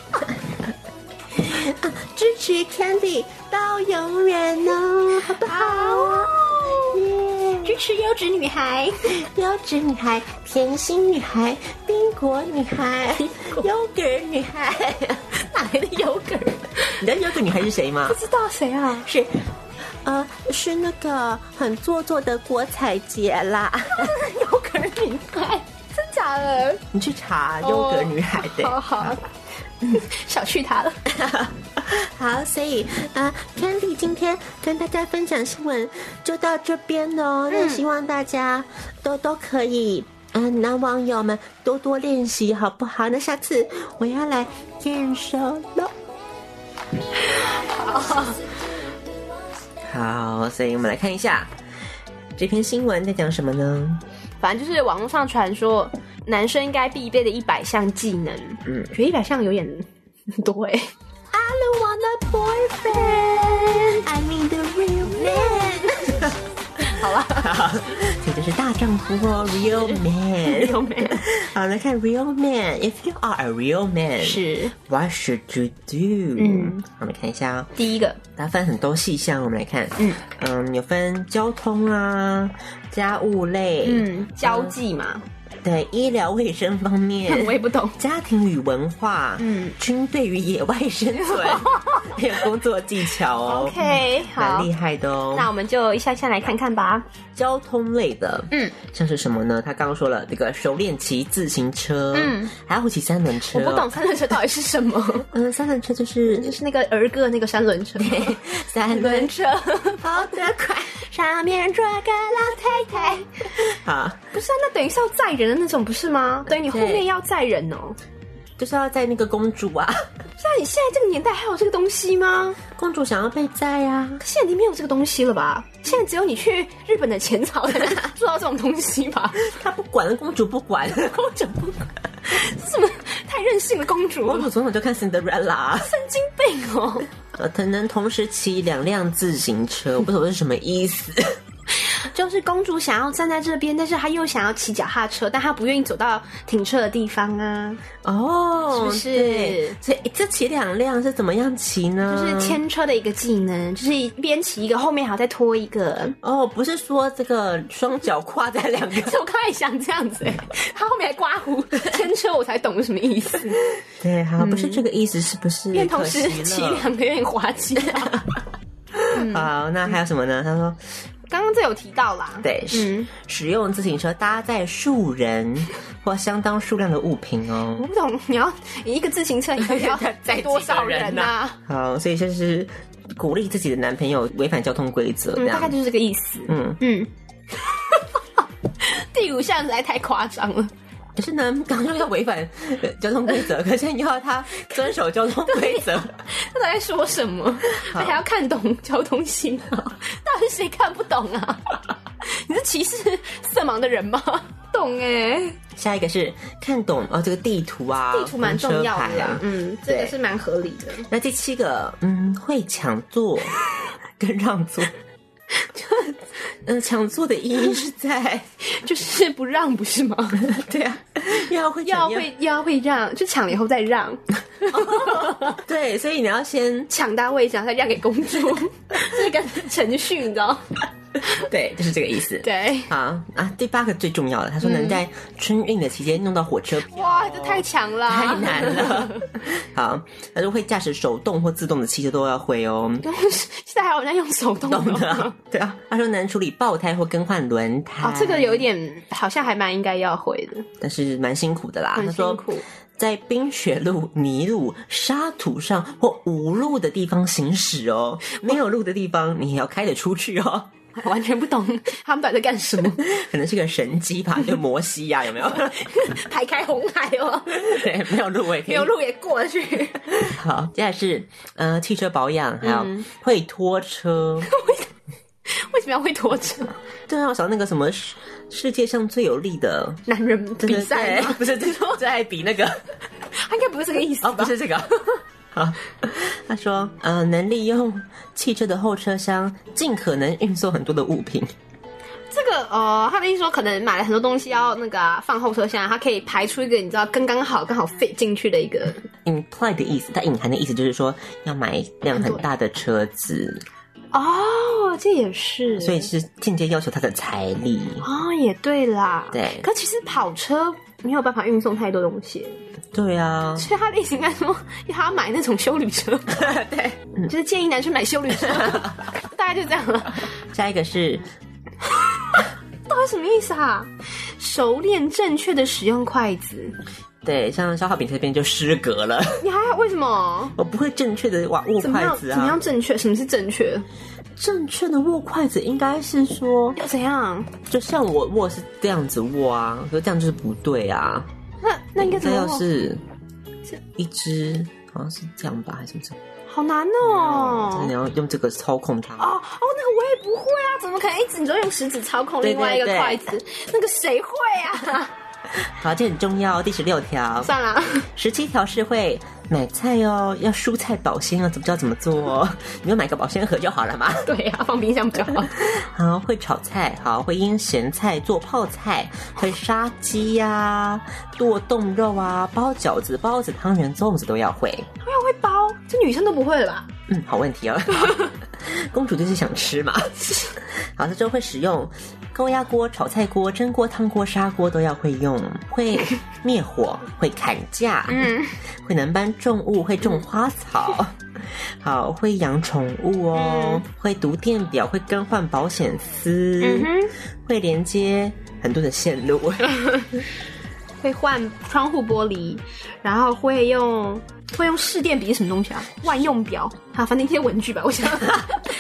Speaker 4: 支持 Candy 到永远哦，好不好？
Speaker 2: 啊
Speaker 4: 耶！
Speaker 5: 支持优质女孩，
Speaker 4: 优质女孩、甜心女孩、冰果女
Speaker 2: <laughs>
Speaker 4: 孩、优格女孩，
Speaker 5: 哪来的油梗？
Speaker 2: 你知道有个女孩是谁吗
Speaker 5: 不？知道谁啊？
Speaker 4: 是，呃，是那个很做作的郭采洁啦。
Speaker 5: 油梗品牌，哎真假 <laughs> 的？
Speaker 2: 你去查
Speaker 4: 哦
Speaker 2: 优格女孩对。
Speaker 5: 好 <laughs> 好，小觑他了。
Speaker 4: 好，所以啊、c a n d y 今天跟大家分享新闻就到这边
Speaker 2: 嗯
Speaker 4: 喽。那希望大家都都可以，嗯、男网友们多多练习，好不好？那下次我要来验收喽。
Speaker 2: 好，所以我们来看一下这篇新闻在讲什么呢？
Speaker 5: 反正就是网络上传说男生应该必备的一百项技能，嗯，觉得一百项有点多哎、
Speaker 4: I don't want a boyfriend, I need a real man。这就是大丈夫哦，real
Speaker 5: <laughs>
Speaker 4: man。
Speaker 5: 有没有？
Speaker 2: <laughs> 好，来看 real man。If you are a real man，
Speaker 5: 是
Speaker 2: What should you do？嗯，我们看一下哦。
Speaker 5: 第一个
Speaker 2: 它分很多细项，我们来看，嗯嗯，有分交通啊、家务类，
Speaker 5: 嗯，交际嘛，
Speaker 2: 对，医疗卫生方面
Speaker 5: 嗯 <laughs> ，我也不懂。
Speaker 2: 家庭与文化，
Speaker 5: 嗯， <laughs>
Speaker 2: 军队与野外生存，
Speaker 4: 很有工作技巧哦。
Speaker 5: OK，
Speaker 4: 蛮
Speaker 5: 好
Speaker 4: 厉，害的哦。
Speaker 5: 那我们就一下一下来看看吧。
Speaker 4: 交通类的，
Speaker 5: 嗯，
Speaker 4: 像是什么呢？他刚刚说了这个熟练骑自行车，
Speaker 5: 嗯，
Speaker 4: 还会骑三轮车。呃
Speaker 5: 我不懂，三轮车到底是什么， <laughs>
Speaker 2: 嗯，三轮车就是
Speaker 5: 就是那个儿歌那个三轮车，
Speaker 2: 三
Speaker 5: 轮车
Speaker 2: 跑得快，
Speaker 5: 上面坐个老太太。 <laughs>
Speaker 4: 啊，
Speaker 5: 不是啊，那等于是要载人的那种，不是吗？等于你后面要载人哦。
Speaker 4: 就是要在那个公主啊，
Speaker 5: 像你现在这个年代还有这个东西吗？
Speaker 2: 公主想要被载啊，
Speaker 5: 可现在已经没有这个东西了吧？现在只有你去日本的浅 <laughs> 草才能做到这种东西吧？
Speaker 4: 她不管，公主不管， <laughs>
Speaker 5: 公主不管，这什么太任性的公主，
Speaker 4: 公主从小就看 Cinderella，啊
Speaker 5: 神经病哦！
Speaker 4: 呃，她能同时骑两辆自行车，我不懂这是什么意
Speaker 5: <laughs>
Speaker 4: 思。
Speaker 5: 就是公主想要站在这边，但是她又想要骑脚踏车，但她不愿意走到停车的地方啊，
Speaker 4: 哦，
Speaker 5: 是不是
Speaker 4: 对所以这骑两辆是怎么样骑
Speaker 5: 就
Speaker 4: 呢？
Speaker 5: 是牵车的一个技能，就是一边骑一个，后面还要再拖一个。
Speaker 4: 哦，不是说这个双脚跨在两个，
Speaker 5: 我刚才想这样子、 <laughs> 欸，他后面还刮胡牵车，我才懂是什么意思。
Speaker 4: <laughs> 对，好，不是这个意思，是不是？
Speaker 5: 因为同时
Speaker 4: 可惜了
Speaker 5: 骑两个有点滑稽吧。
Speaker 4: 好，那还有什么呢？他说，
Speaker 5: <laughs> 刚刚这有提到啦，
Speaker 4: 对，使、使用自行车搭载数人或相当数量的物品哦。
Speaker 5: 我不懂你要你一个自行车你 <laughs> 要载多少人啊呐、
Speaker 4: 好，所以就是鼓励自己的男朋友违反交通规则，这
Speaker 5: 嗯，大
Speaker 4: 样
Speaker 5: 概。就是这个意思。
Speaker 4: 嗯，
Speaker 5: 嗯，第五项实在太夸张了。
Speaker 4: 可是呢，刚刚要违反呃交通规则，可是你要他遵守交通规 <laughs> 则，
Speaker 5: 他在说什么？他还要看懂交通信号，到底谁看不懂啊？你是歧视色盲的人吗？懂哎、
Speaker 4: 下一个是看懂哦这个地图啊，
Speaker 5: 地图蛮重要
Speaker 4: 红车牌
Speaker 5: 的
Speaker 4: 啊，。
Speaker 5: 嗯，这个
Speaker 4: 对
Speaker 5: 是蛮合理的。
Speaker 4: 那第七个，嗯，会抢座 <laughs> 跟让座。嗯，抢座的意义是在，
Speaker 5: 就是不让，不 <laughs> 是吗？
Speaker 4: <laughs> 对啊，要会
Speaker 5: 要
Speaker 4: 抢
Speaker 5: 会要会让，就抢了以后再让， <laughs>
Speaker 4: 对，所以你要先
Speaker 5: 抢到位置，啊然后再让给公主， <laughs> 这个程序你知道？
Speaker 4: 对，就是这个意思。，嗯
Speaker 5: 对，
Speaker 4: 好啊，第八个最重要的，他说能在春运的期间弄到火车票，
Speaker 5: 哇，这太强 <laughs> 了，
Speaker 4: <laughs> 太难。了。 <laughs> 好，他说会驾驶手动或自动的汽车都要会 <laughs> 哦。
Speaker 5: <laughs> 现在还有人在用手动
Speaker 4: 懂的
Speaker 5: 吗 <laughs>
Speaker 4: 啊，对啊。他说能处理爆胎或更换轮胎，
Speaker 5: 啊，这个有一点好像还蛮应该要回的，
Speaker 4: 但是蛮辛苦的啦。
Speaker 5: 很
Speaker 4: 啊他
Speaker 5: 辛
Speaker 4: 说
Speaker 5: 苦。 <laughs>
Speaker 4: 在冰雪路、泥路、沙土上或无路的地方行驶哦，没有路的地方你也要开得出去哦。
Speaker 5: 完全不懂他们到底在干 <laughs> 什么，
Speaker 4: <laughs> 可能是个神机吧，就摩西
Speaker 5: <laughs>
Speaker 4: 呀、有没有？ <laughs>
Speaker 5: 排开红海哦，
Speaker 4: 对，没有路我也可以
Speaker 5: 没有路也过得去， <laughs>
Speaker 4: 好，接下来是呃汽车保养，
Speaker 5: 嗯
Speaker 4: 还有会拖
Speaker 5: <laughs>
Speaker 4: 车。
Speaker 5: 为什么要会拖车？
Speaker 4: 对啊，我想那个什么世世界上最有力的
Speaker 5: 男人
Speaker 4: 对对
Speaker 5: 比赛
Speaker 4: 对 <laughs>
Speaker 5: 吗？
Speaker 4: 不是最最爱比那个
Speaker 5: 他应该不是这个意思
Speaker 4: 哦，不
Speaker 5: 吧？
Speaker 4: 是这个。 <laughs> 好，他说呃能利用汽车的后车厢，尽可能运送很多的物品。
Speaker 5: 这个呃，他的意思说可能买了很多东西要那个啊、放后车厢，它可以排出一个你知道刚刚好刚好 fit 进去的一个
Speaker 4: imply 的意思，它隐含的意思就是说要买一辆很大的车子，
Speaker 5: 哦，这也是，
Speaker 4: 所以是间接要求他的财力。
Speaker 5: 哦也对啦，
Speaker 4: 对
Speaker 5: 可其实跑车没有办法运送太多东西，
Speaker 4: 对啊，
Speaker 5: 所以他的意思应该说他要买那种修旅车， <laughs> 对，就是建议男生买修旅车， <laughs> 大概就这样了。
Speaker 4: 下一个是
Speaker 5: 到底什么意思啊？熟练正确的使用筷子，
Speaker 4: 对，像消耗品这边就失格了， <laughs>
Speaker 5: 你还要为什么？
Speaker 4: 我不会正确的握握
Speaker 5: 怎么
Speaker 4: 筷
Speaker 5: 样？
Speaker 4: 子
Speaker 5: 怎么
Speaker 4: 啊
Speaker 5: 样。正确？什么是正确？
Speaker 4: 正确的握筷子应该是说，
Speaker 5: 要怎样？
Speaker 4: 就像我握是这样子握啊，可是这样就是不对啊。
Speaker 5: 那那应该怎
Speaker 4: 这
Speaker 5: 么
Speaker 4: 要
Speaker 5: 握？
Speaker 4: 是一只好像是这样吧，还是什么？
Speaker 5: 好难
Speaker 4: 就是
Speaker 5: 哦
Speaker 4: 你！要用这个操控它。
Speaker 5: 哦哦，那个我也不会啊，怎么可能一直你就用食指操控
Speaker 4: 对
Speaker 5: 另外一个
Speaker 4: 对对
Speaker 5: 筷子？那个谁会啊？ <laughs>
Speaker 4: 好，这很重要。第十六条，
Speaker 5: 算了， <laughs>
Speaker 4: 十七条是会买菜哦，要蔬菜保鲜啊，怎么知道怎么做 <laughs> 哦？你就买个保鲜盒就好了嘛。
Speaker 5: 对啊，放冰箱比较 <laughs> 好。
Speaker 4: 好，会炒菜，好会腌咸菜、做泡菜，会杀鸡呀、剁冻肉啊，包饺子、包子、汤圆、粽子都要会。
Speaker 5: 我要会包，这女生都不会了吧？
Speaker 4: 嗯，好问题哦。 <laughs> 公主就是想吃嘛。 <laughs> 好，这之后会使用高压锅、炒菜锅、蒸
Speaker 5: <laughs>
Speaker 4: 锅、汤锅、砂锅都要会用，会灭火，会砍价，嗯，会能搬重物，会种花草，好会养宠物
Speaker 5: 嗯
Speaker 4: 哦，会读电表，会更换保险丝，会连接很多的线
Speaker 5: <laughs>
Speaker 4: 路。
Speaker 5: 会换窗户玻璃，然后会用会用试电笔是什么东西啊？万用表啊，反正一些文具吧，我 <laughs> 想。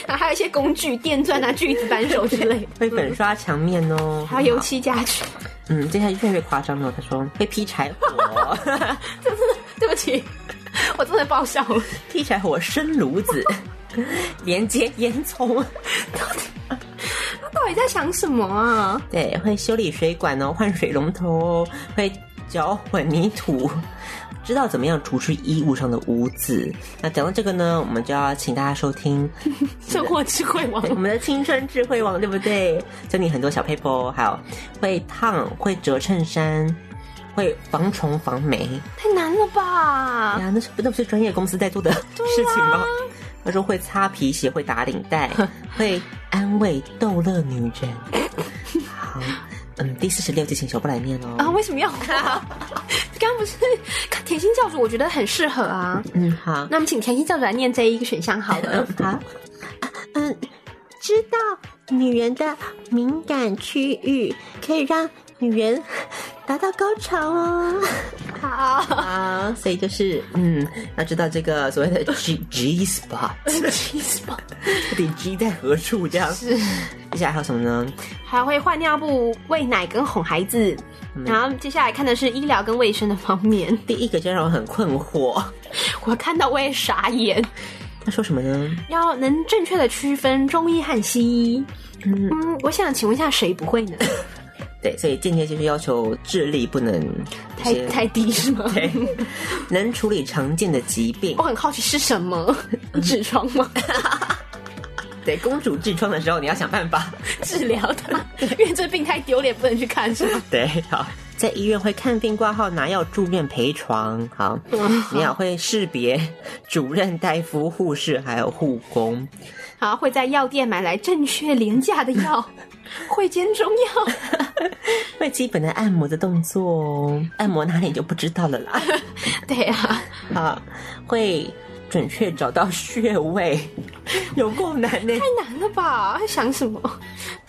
Speaker 5: 然后还有一些工具，电钻啊、锯子、扳手之类的，
Speaker 4: 会粉刷墙面哦，
Speaker 5: 还有油漆家具。
Speaker 4: 嗯，接下来越来越夸张了。他说会劈柴火，
Speaker 5: <laughs> 真的，对不起，我真的爆笑了。
Speaker 4: 劈柴火生炉子，连接烟囱， <laughs>
Speaker 5: 他到底在想什么啊？
Speaker 4: 对，会修理水管哦，换水龙头哦，会搅混凝土，知道怎么样除去衣物上的污渍。那讲到这个呢，我们就要请大家收听
Speaker 5: 生活智慧王
Speaker 4: 我们的青春智慧网，对不对？教你很多小 paper，还有会烫，会折衬衫。会防虫防霉
Speaker 5: 太难了
Speaker 2: 啊
Speaker 5: 吧？
Speaker 4: 呀，那是那不是专业公司在做的事情吗？他说会擦皮鞋，会打领带， <laughs> 会安慰逗乐女人。好，嗯，第四十六集请小布来念
Speaker 5: 啊，
Speaker 4: 哦。
Speaker 5: 为什么要 <laughs> 我？刚刚不是甜心教主，我觉得很适合啊。
Speaker 4: 嗯，好，
Speaker 5: 那我们请甜心教主来念这一个选项好了。
Speaker 4: 好，
Speaker 2: 嗯，知道女人的敏感区域，可以让女人达到高潮哦。
Speaker 5: <laughs> 好， <laughs>
Speaker 4: 啊，所以就是，嗯，要知道这个所谓的 G G spot，到底 G 在何处？这样是。接下来还有什么呢？
Speaker 5: 还会换尿布、喂奶跟哄孩子。然后接下来看的是医疗跟卫生的方面， <laughs>
Speaker 4: 第一个就让我很困惑，
Speaker 5: 我看到我也傻眼。
Speaker 4: 他说什么呢？
Speaker 5: 要能正确的区分中医和西医。嗯，我想请问一下，谁不会呢？
Speaker 4: 对，所以间接就是要求智力不能
Speaker 5: 太
Speaker 4: 一些
Speaker 5: 太低是吗？
Speaker 4: 对，能处理常见的疾病
Speaker 5: 我。很好奇是什么痔疮吗？
Speaker 4: 对，公主痔疮的时候你要想办
Speaker 5: <laughs>
Speaker 4: 法。
Speaker 5: 治疗它，因为这病太丢脸，不能去看是吗？
Speaker 4: 对，好，在医院会看病挂号拿药住院陪床。好，你好会识别主任、大夫、护士还有护工。
Speaker 5: 然后会在药店买来正确廉价的药，会煎中药，
Speaker 4: 会基本的按摩的动作哦，按摩哪里就不知道了
Speaker 5: <laughs>
Speaker 4: 啦。
Speaker 5: 对啊，
Speaker 4: 啊，会准确找到穴位，有够难呢。
Speaker 5: 太难了吧？还想什么？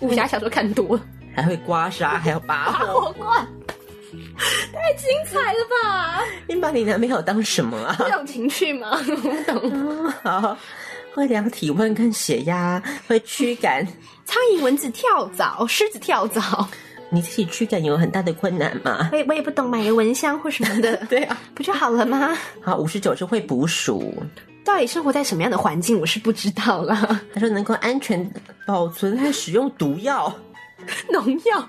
Speaker 5: 武侠小说看多了，
Speaker 4: 还会刮 <laughs> 痧，还有拔火。
Speaker 5: 火罐，太精彩了吧？
Speaker 4: 你把你男朋友当什么啊？
Speaker 5: 这种情趣吗？ <laughs> 我不懂。
Speaker 4: 哦 <laughs> 好，会量体温跟血压，会驱 <laughs> 赶。
Speaker 5: 苍蝇、蚊子跳蚤、狮子跳蚤，
Speaker 4: 你自己驱赶有很大的困难嘛？
Speaker 5: 我也我也不懂买个蚊香或什 <laughs> 么的，
Speaker 4: 对啊。
Speaker 5: 不就好了吗？
Speaker 4: 好，五十九是会捕鼠。
Speaker 5: 到底生活在什么样的环境，我是不知道啦。
Speaker 4: 他说能够安全保存和使用毒药、
Speaker 5: <laughs> 农药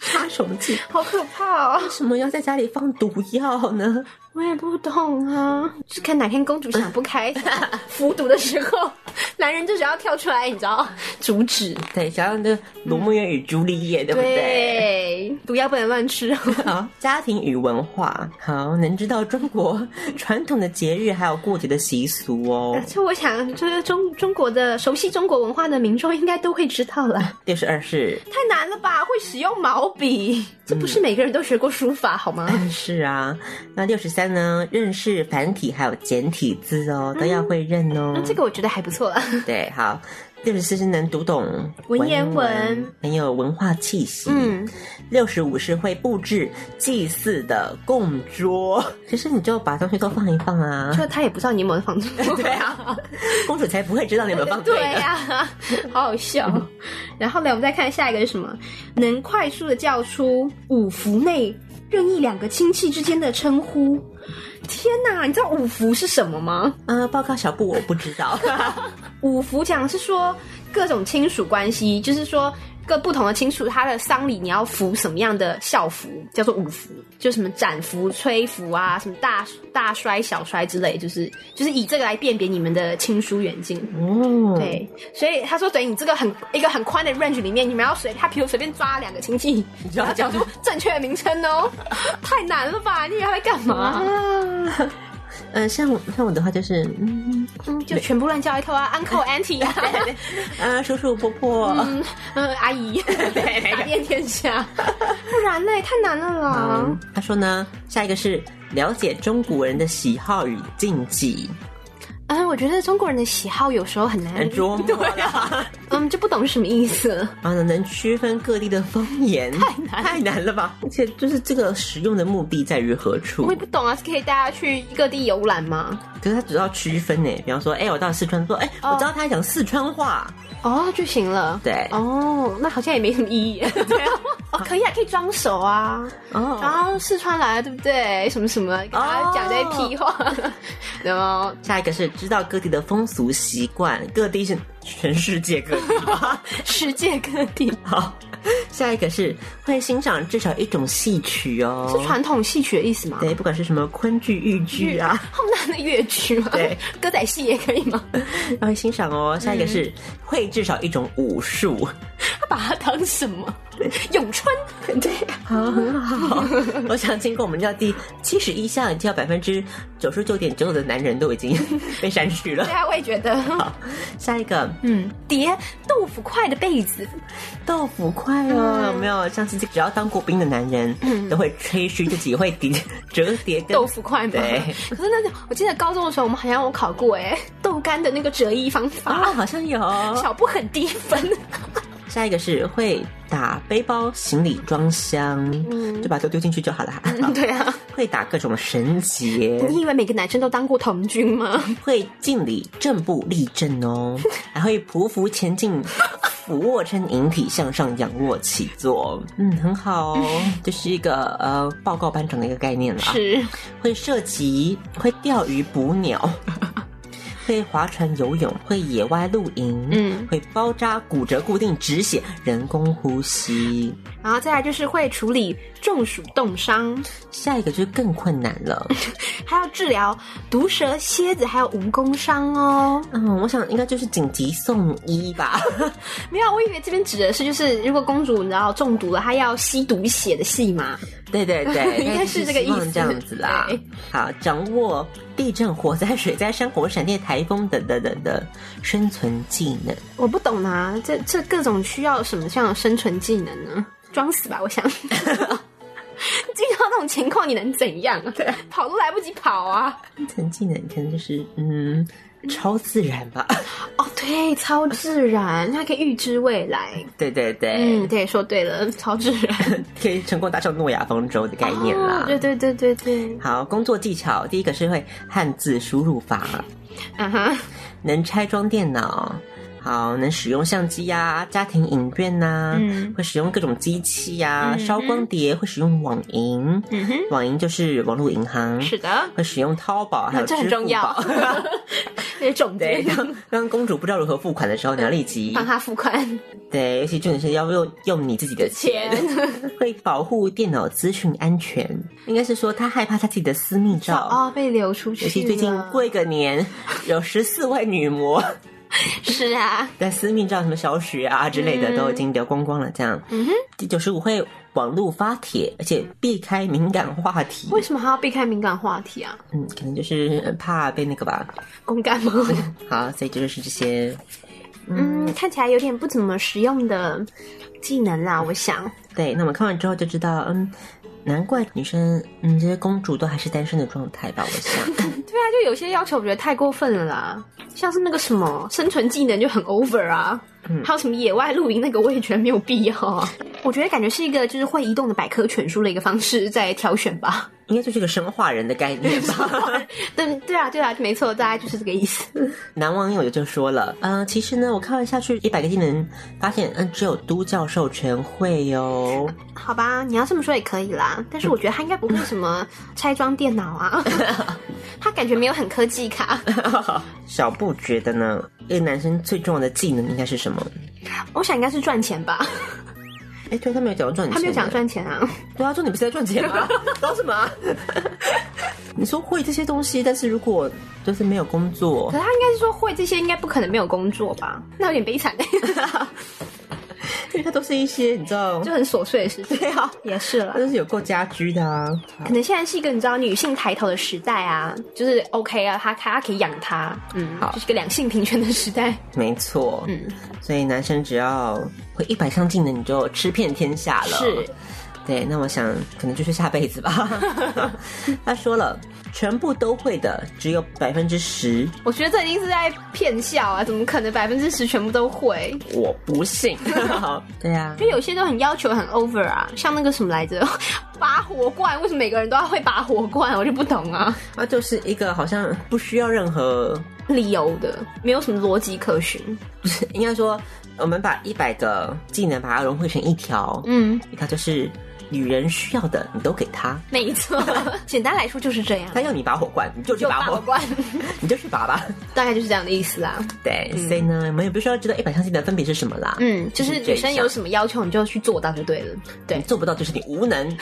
Speaker 4: 杀虫剂。
Speaker 5: 好可怕哦，
Speaker 4: 为什么要在家里放毒药呢？
Speaker 5: 我也不懂啊。是看哪天公主想不开 <laughs> 服毒的时候，男人就只要跳出来，你知道阻止。
Speaker 4: 对，想想这《罗密欧与朱丽叶》对不对？
Speaker 5: 对，毒药不能乱吃。
Speaker 4: 好，家庭与文化，好，能知道中国传统的节日还有过节的习俗 <laughs> 哦。
Speaker 5: <laughs> 就我想，就是中中国的熟悉中国文化的民众应该都会知道啦。 <laughs>
Speaker 4: 六十二是
Speaker 5: 太难了吧？会使用毛笔，这不是每个人都学过书法好吗？ <laughs>
Speaker 4: 是啊，那六十三呢？认识繁体还有简体字哦，都要会认哦。
Speaker 5: 嗯这个我觉得还不错啊。
Speaker 4: 对，好。六十四是能读懂
Speaker 5: 文言文
Speaker 4: 很有文化气息。
Speaker 5: <laughs> 嗯，
Speaker 4: 六十五是会布置祭祀的供桌，其实你就把东西都放一放
Speaker 5: <laughs>
Speaker 4: 啊，
Speaker 5: 就他也不知道你有没有放错。 <laughs> 对啊，
Speaker 4: 公主才不会知道你有没有放
Speaker 5: 对
Speaker 4: 的。
Speaker 5: <laughs> 呀、好好笑。然后呢，我们再看下一个是什么？能快速的叫出五福内任意两个亲戚之间的称呼。天哪，你知道五福是什么吗？
Speaker 4: 呃，报告小布，我不知
Speaker 5: <laughs>
Speaker 4: 道。
Speaker 5: 五福讲的是说各种亲属关系，就是说各不同的亲属，他的丧礼你要服什么样的孝服，叫做五福，就什么斩服、吹服啊，什么大大衰、小衰之类，就是就是以这个来辨别你们的亲疏远近。
Speaker 4: 哦，
Speaker 5: 对，所以他说等于你这个很一个很宽的 range 里面，你们要随他，比如随便抓两个亲戚，你
Speaker 4: 就要
Speaker 5: 讲出正确的名称哦，太难了吧？你以为他在干嘛？
Speaker 4: 呃，像我像我的话就是，嗯，
Speaker 5: 嗯就全部乱叫一通啊，uncle auntie 啊。
Speaker 4: 呃，叔叔伯伯，
Speaker 5: 嗯，呃，阿 <laughs> 姨，打遍天下，不然嘞，太难了啦。
Speaker 4: 嗯，他说呢，下一个是了解中国人的喜好与禁忌，
Speaker 5: 嗯，我觉得中国人的喜好有时候很难
Speaker 4: 很捉摸
Speaker 5: 哎对
Speaker 4: 啊，
Speaker 5: 嗯，就不懂是什么意 <laughs> 思。
Speaker 4: 啊，能区分各地的方
Speaker 5: <laughs>
Speaker 4: 言，太
Speaker 5: 难
Speaker 4: 太难了吧？而且就是这个使用的目的在于何处
Speaker 5: 我也？不懂啊，是可以大家去各地游览吗？
Speaker 4: 可是他只要区分呢，比方说，哎、我到四川说，哎、我知道他在讲四川话，
Speaker 5: 哦，就行了。
Speaker 4: 对，
Speaker 5: 哦，那好像也没什么意义。对啊， <laughs> 哦，可以啊，可以装熟啊。
Speaker 4: 哦
Speaker 5: 然后四川来了，对不对？什么什么，给大家讲这些屁话。 <laughs> 然后
Speaker 4: 下一个是知道各地的风俗习惯，各地是全世界各地
Speaker 5: <laughs>
Speaker 4: 吧。
Speaker 5: 世界各地
Speaker 4: 好，下一个是会欣赏至少一种戏曲哦，
Speaker 5: 是传统戏曲的意思吗？
Speaker 4: 对，不管是什么昆剧、豫剧啊，
Speaker 5: 后面那粤剧吗？
Speaker 4: 对，
Speaker 5: <laughs> 歌仔戏也可以吗？
Speaker 4: 要会欣赏哦。下一
Speaker 5: 嗯
Speaker 4: 个是会至少一种武
Speaker 5: <laughs>
Speaker 4: 术，
Speaker 5: 他把它当什么？咏春？对，
Speaker 4: 我想经过我们这第七十一项，已经有百分之九十九点九的男人都已
Speaker 5: <laughs>
Speaker 4: 经被删去了
Speaker 5: 对。啊，我也觉得。
Speaker 4: 好，下一个
Speaker 5: 嗯，叠豆腐块的被子，
Speaker 4: 豆腐块
Speaker 5: 嗯
Speaker 4: 哦，有没有？像是只要当过兵的男人，都会吹嘘自己会叠折叠跟
Speaker 5: 豆腐块嘛。
Speaker 4: 对
Speaker 5: 可是那个，我记得高中的时候，我们好像有考过哎，豆干的那个折衣方法，
Speaker 4: 啊，好像有。
Speaker 5: 小布很低分。
Speaker 4: 下一个是会打背包、行李装箱，
Speaker 5: 嗯
Speaker 4: 就把头丢进去就好了。好
Speaker 5: <laughs> 对啊，
Speaker 4: 会打各种绳结，
Speaker 5: 你以为每个男生都当过童军 <laughs> 吗？
Speaker 4: 会敬礼、正步、立正 <laughs> 哦，还会匍匐前进。俯卧撑、引体向上、仰卧起坐，嗯，很好哦，这是一个呃报告班长的一个概念了啊。
Speaker 5: 是，
Speaker 4: 会射击，会钓鱼、捕 <laughs> 鸟，会划船、游泳，会野外露营，
Speaker 5: 嗯，
Speaker 4: 会包扎、骨折、固定、止血、人工呼吸。
Speaker 5: 然后再来就是会处理中暑冻伤，
Speaker 4: 下一个就更困难了。
Speaker 5: 还要治疗毒蛇、蝎子还有蜈蚣伤哦。
Speaker 4: <laughs> 嗯，我想应该就是紧急送医吧。
Speaker 5: 没有，我以为这边指的是就是如果公主你知道中毒了，她要吸毒血的戏嘛。
Speaker 4: 对对
Speaker 5: <laughs>
Speaker 4: 对，
Speaker 5: 应该是这个意思
Speaker 4: 那就是希望这样子啦
Speaker 5: 对。
Speaker 4: 好，掌握地震、火灾、水灾、山火、闪电、台风等等等的生存技能。
Speaker 5: 我不懂啊，这这各种需要什么样的生存技能呢？装死吧，我 <laughs> 想。遇到那种情况，你能怎样？对，跑都来不及跑啊！
Speaker 4: 生存技能可能就是嗯，超自然吧。 <laughs>
Speaker 5: 哦，对，超自然，它可以预知未来。
Speaker 4: 对对对，
Speaker 5: 嗯，对，说对了，超自然
Speaker 4: <laughs> 可以成功达成诺亚方舟的概念啦。
Speaker 5: 哦对对对对对，
Speaker 4: 好，工作技巧第一个是会汉字输入法，
Speaker 5: 啊哈，
Speaker 4: 能拆装电脑，好能使用相机呀、家庭影院呐、
Speaker 5: 嗯
Speaker 4: 会使用各种机器呀、烧光碟，会使用网银，
Speaker 5: 嗯哼，
Speaker 4: 网银就是网络银行，
Speaker 5: 是的，
Speaker 4: 会使用淘宝，还有
Speaker 5: 这很
Speaker 4: 支付
Speaker 5: 重要
Speaker 4: 宝
Speaker 5: <laughs> 这是
Speaker 4: <laughs>
Speaker 5: 重
Speaker 4: 对，
Speaker 5: 点，
Speaker 4: 让让公主不知道如何付款的时候，你要立即
Speaker 5: <laughs> 帮他付款，
Speaker 4: 对，尤其重点是要用用你自己的钱， <laughs> 会保护电脑资讯安全，应该是说她害怕她自己的私密照
Speaker 5: 哦，被流出去
Speaker 4: 尤
Speaker 5: 了。
Speaker 4: 其最近过一个年，有十四位女模
Speaker 5: 是啊，
Speaker 4: 在私密照，什么小许啊之类的，都已经流光光了。这样，嗯、第九十五会网络发帖，而且避开敏感话题。
Speaker 5: 为什么还要避开敏感话题啊？
Speaker 4: 嗯，可能就是呃怕被那个吧。
Speaker 5: <laughs>
Speaker 4: <laughs>
Speaker 5: 公干吗？
Speaker 4: 好，所以这就是这些。
Speaker 5: 嗯，看起来有点不怎么实用的技能啦，我想。
Speaker 4: 对，那我们看完之后就知道，嗯，难怪女生，嗯，这些公主都还是单身的状态吧？我想， <laughs>
Speaker 5: 对啊，就有些要求我觉得太过分了啦，像是那个什么生存技能就很 over 啊，还有什么野外露营那个，我也觉得没有必要啊。我觉得感觉是一个就是会移动的百科全书的一个方式在挑选吧。
Speaker 4: 应该就是个生化人的概念吧。
Speaker 5: 对对啊，对啊，没错，大概就是这个意思。
Speaker 4: 男网友就说了，嗯、其实呢，我看了下去一百个技能，发现，嗯，只有都教授全会哦。
Speaker 5: 好吧，你要这么说也可以啦，但是我觉得他应该不会什么拆装电脑 <laughs> 啊，他感觉没有很科技咖。
Speaker 4: 小布觉得呢，一个男生最重要的技能应该是什么？
Speaker 5: 我想应该是赚钱吧，
Speaker 4: 哎，对他没有讲到赚钱，
Speaker 5: 他没有讲，赚钱啊。
Speaker 4: 对啊，重点不是在赚钱吗？ <laughs> 搞什么啊？你说会这些东西，但是如果就是没有工作
Speaker 5: 可，是他应该是说会这些，应该不可能没有工作吧？那有点 <laughs> 悲惨、
Speaker 4: 因为它都是一些你知道，
Speaker 5: 就很琐碎的事情。对啊，也是了
Speaker 4: 它。都是有够家居的啊。
Speaker 5: 可能现在是一个你知道女性抬头的时代啊，就是 OK 啊，她她可以养她，嗯，
Speaker 4: 好
Speaker 5: 就是个两性平权的时代。
Speaker 4: 没错，嗯，所以男生只要会一百项技能，你就吃遍天下了。
Speaker 5: 是，
Speaker 4: 对，那我想可能就是下辈子吧。 <laughs> 他说了，全部都会的只有百分之十，
Speaker 5: 我觉得这一定是在骗笑啊，怎么可能百分之十全部都会？
Speaker 4: 我不
Speaker 5: <laughs>
Speaker 4: 信。对啊，
Speaker 5: 因为有些都很要求很 over 啊，像那个什么来着， <laughs> 拔火罐，为什么每个人都要会拔火罐？我就不懂啊，
Speaker 4: 那就是一个好像不需要任何， <laughs>
Speaker 5: 理由的，没有什么逻辑可循。
Speaker 4: 不是应该说，我们把一百个技能把它融汇成一条，
Speaker 5: 嗯，
Speaker 4: 一条就是女人需要的，你都给她。
Speaker 5: 没错， <laughs> 简单来说就是这样。
Speaker 4: 她要你拔火罐，你就去
Speaker 5: <laughs> 就
Speaker 4: 拔
Speaker 5: <laughs> 拔
Speaker 4: 火
Speaker 5: 火，罐，
Speaker 4: 你就去拔吧。
Speaker 5: 大概就是这样的意思啊。
Speaker 4: 对，所以呢，我们也不需要知道一百项技能分别是什么啦。
Speaker 5: 嗯，就是女生有
Speaker 4: 么
Speaker 5: 什么要求，你就去做到就对了。对，
Speaker 4: 做不到，就是你无能。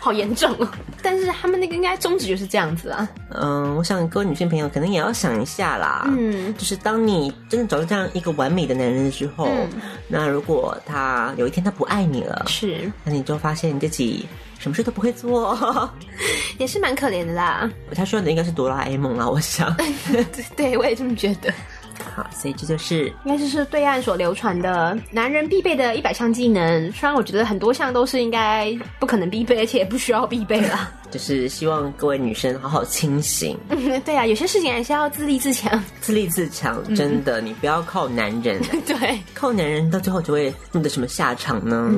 Speaker 5: 好严重哦。嗯 <laughs> 但是他们那个应该宗旨就是这样子啊。
Speaker 4: 嗯，我想各位女性朋友可能也要想一下啦。
Speaker 5: 嗯
Speaker 4: 就是当你真的找到这样一个完美的男人之后，那如果他有一天他不爱你了，
Speaker 5: 是，
Speaker 4: 那你就发现你自己什么事都不会做。 <laughs>
Speaker 5: 也是蛮可怜的啦。
Speaker 4: 他说的应该是哆啦 A 梦啦，啊我想。
Speaker 5: 对， <laughs> 对我也这么觉得。
Speaker 4: 好，所以这就是
Speaker 5: 应该就是对岸所流传的男人必备的一百项技能，虽然我觉得很多项都是应该不可能必备，而且也不需要必备啦。
Speaker 4: 就是希望各位女生好好清醒，
Speaker 5: <laughs> 对啊，有些事情还是要自立自强。
Speaker 4: 自立自强。真的，你不要靠男人，
Speaker 5: <laughs> 对，
Speaker 4: 靠男人到最后就会弄得什么下场呢？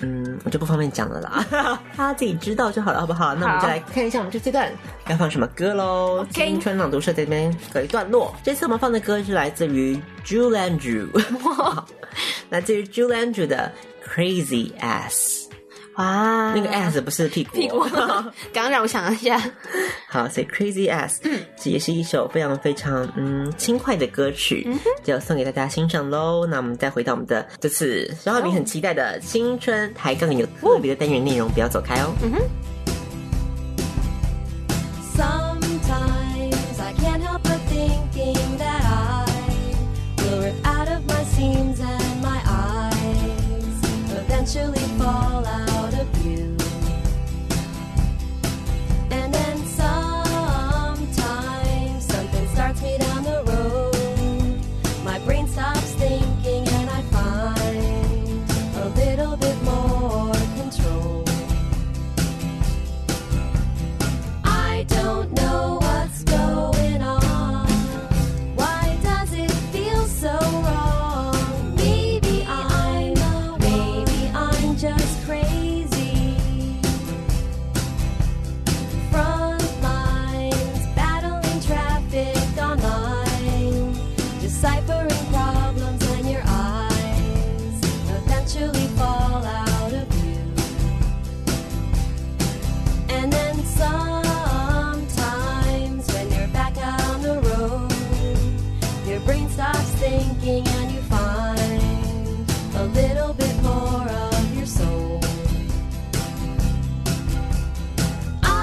Speaker 4: 嗯我就不方便讲了
Speaker 5: <laughs>
Speaker 4: 啦，他自己知道就好了，好不好？那我们
Speaker 5: 好
Speaker 4: 就来看一下我们这阶段要放什么歌喽。
Speaker 5: OK
Speaker 4: 青春朗读社这边有一段落，这次我们放的歌是来自于 Jule Andrew，来 <laughs> 自于 Jule Andrew 的 Crazy Ass，
Speaker 5: 哇，
Speaker 4: 那个 ass 不是屁股哦，
Speaker 5: 啊屁股，刚 <laughs> 刚让我想一下，
Speaker 4: 好，所以 Crazy Ass，嗯，这也是一首非常非常嗯轻快的歌曲，就送给大家欣赏喽。那我们再回到我们的这次小浩明很期待的青春抬杠有特别的单元内容，不要走开哦。
Speaker 7: Sometimes I can't help but thinking that I will rip out of my seams and my eyes eventually fall out of view. And then sometimes something starts me down the road. My brain stops thinking and I find a little bit more control. I don't know what's going on. Why does it feel so wrong? Maybe I'm, maybe I'm just crazy. Front lines, battling traffic online, deciphering problems in your eyes, eventually fall out of view. And then sometimes when you're back out on the road, your brain stops thinking and you find a little bit more of your soul.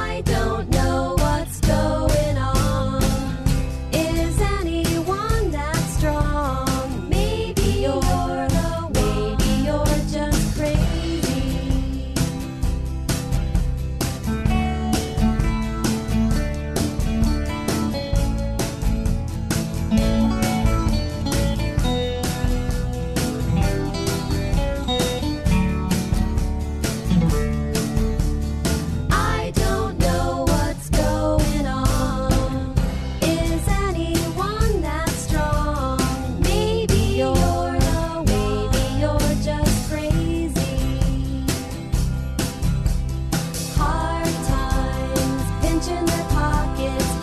Speaker 7: I don't know what's going on. Is anyone that strong? Maybe you're the maybe you're just crazy. I don't know what's going on. Is anyone that strong? Maybe you're the maybe you're just crazy. Hard times, pinching their pockets,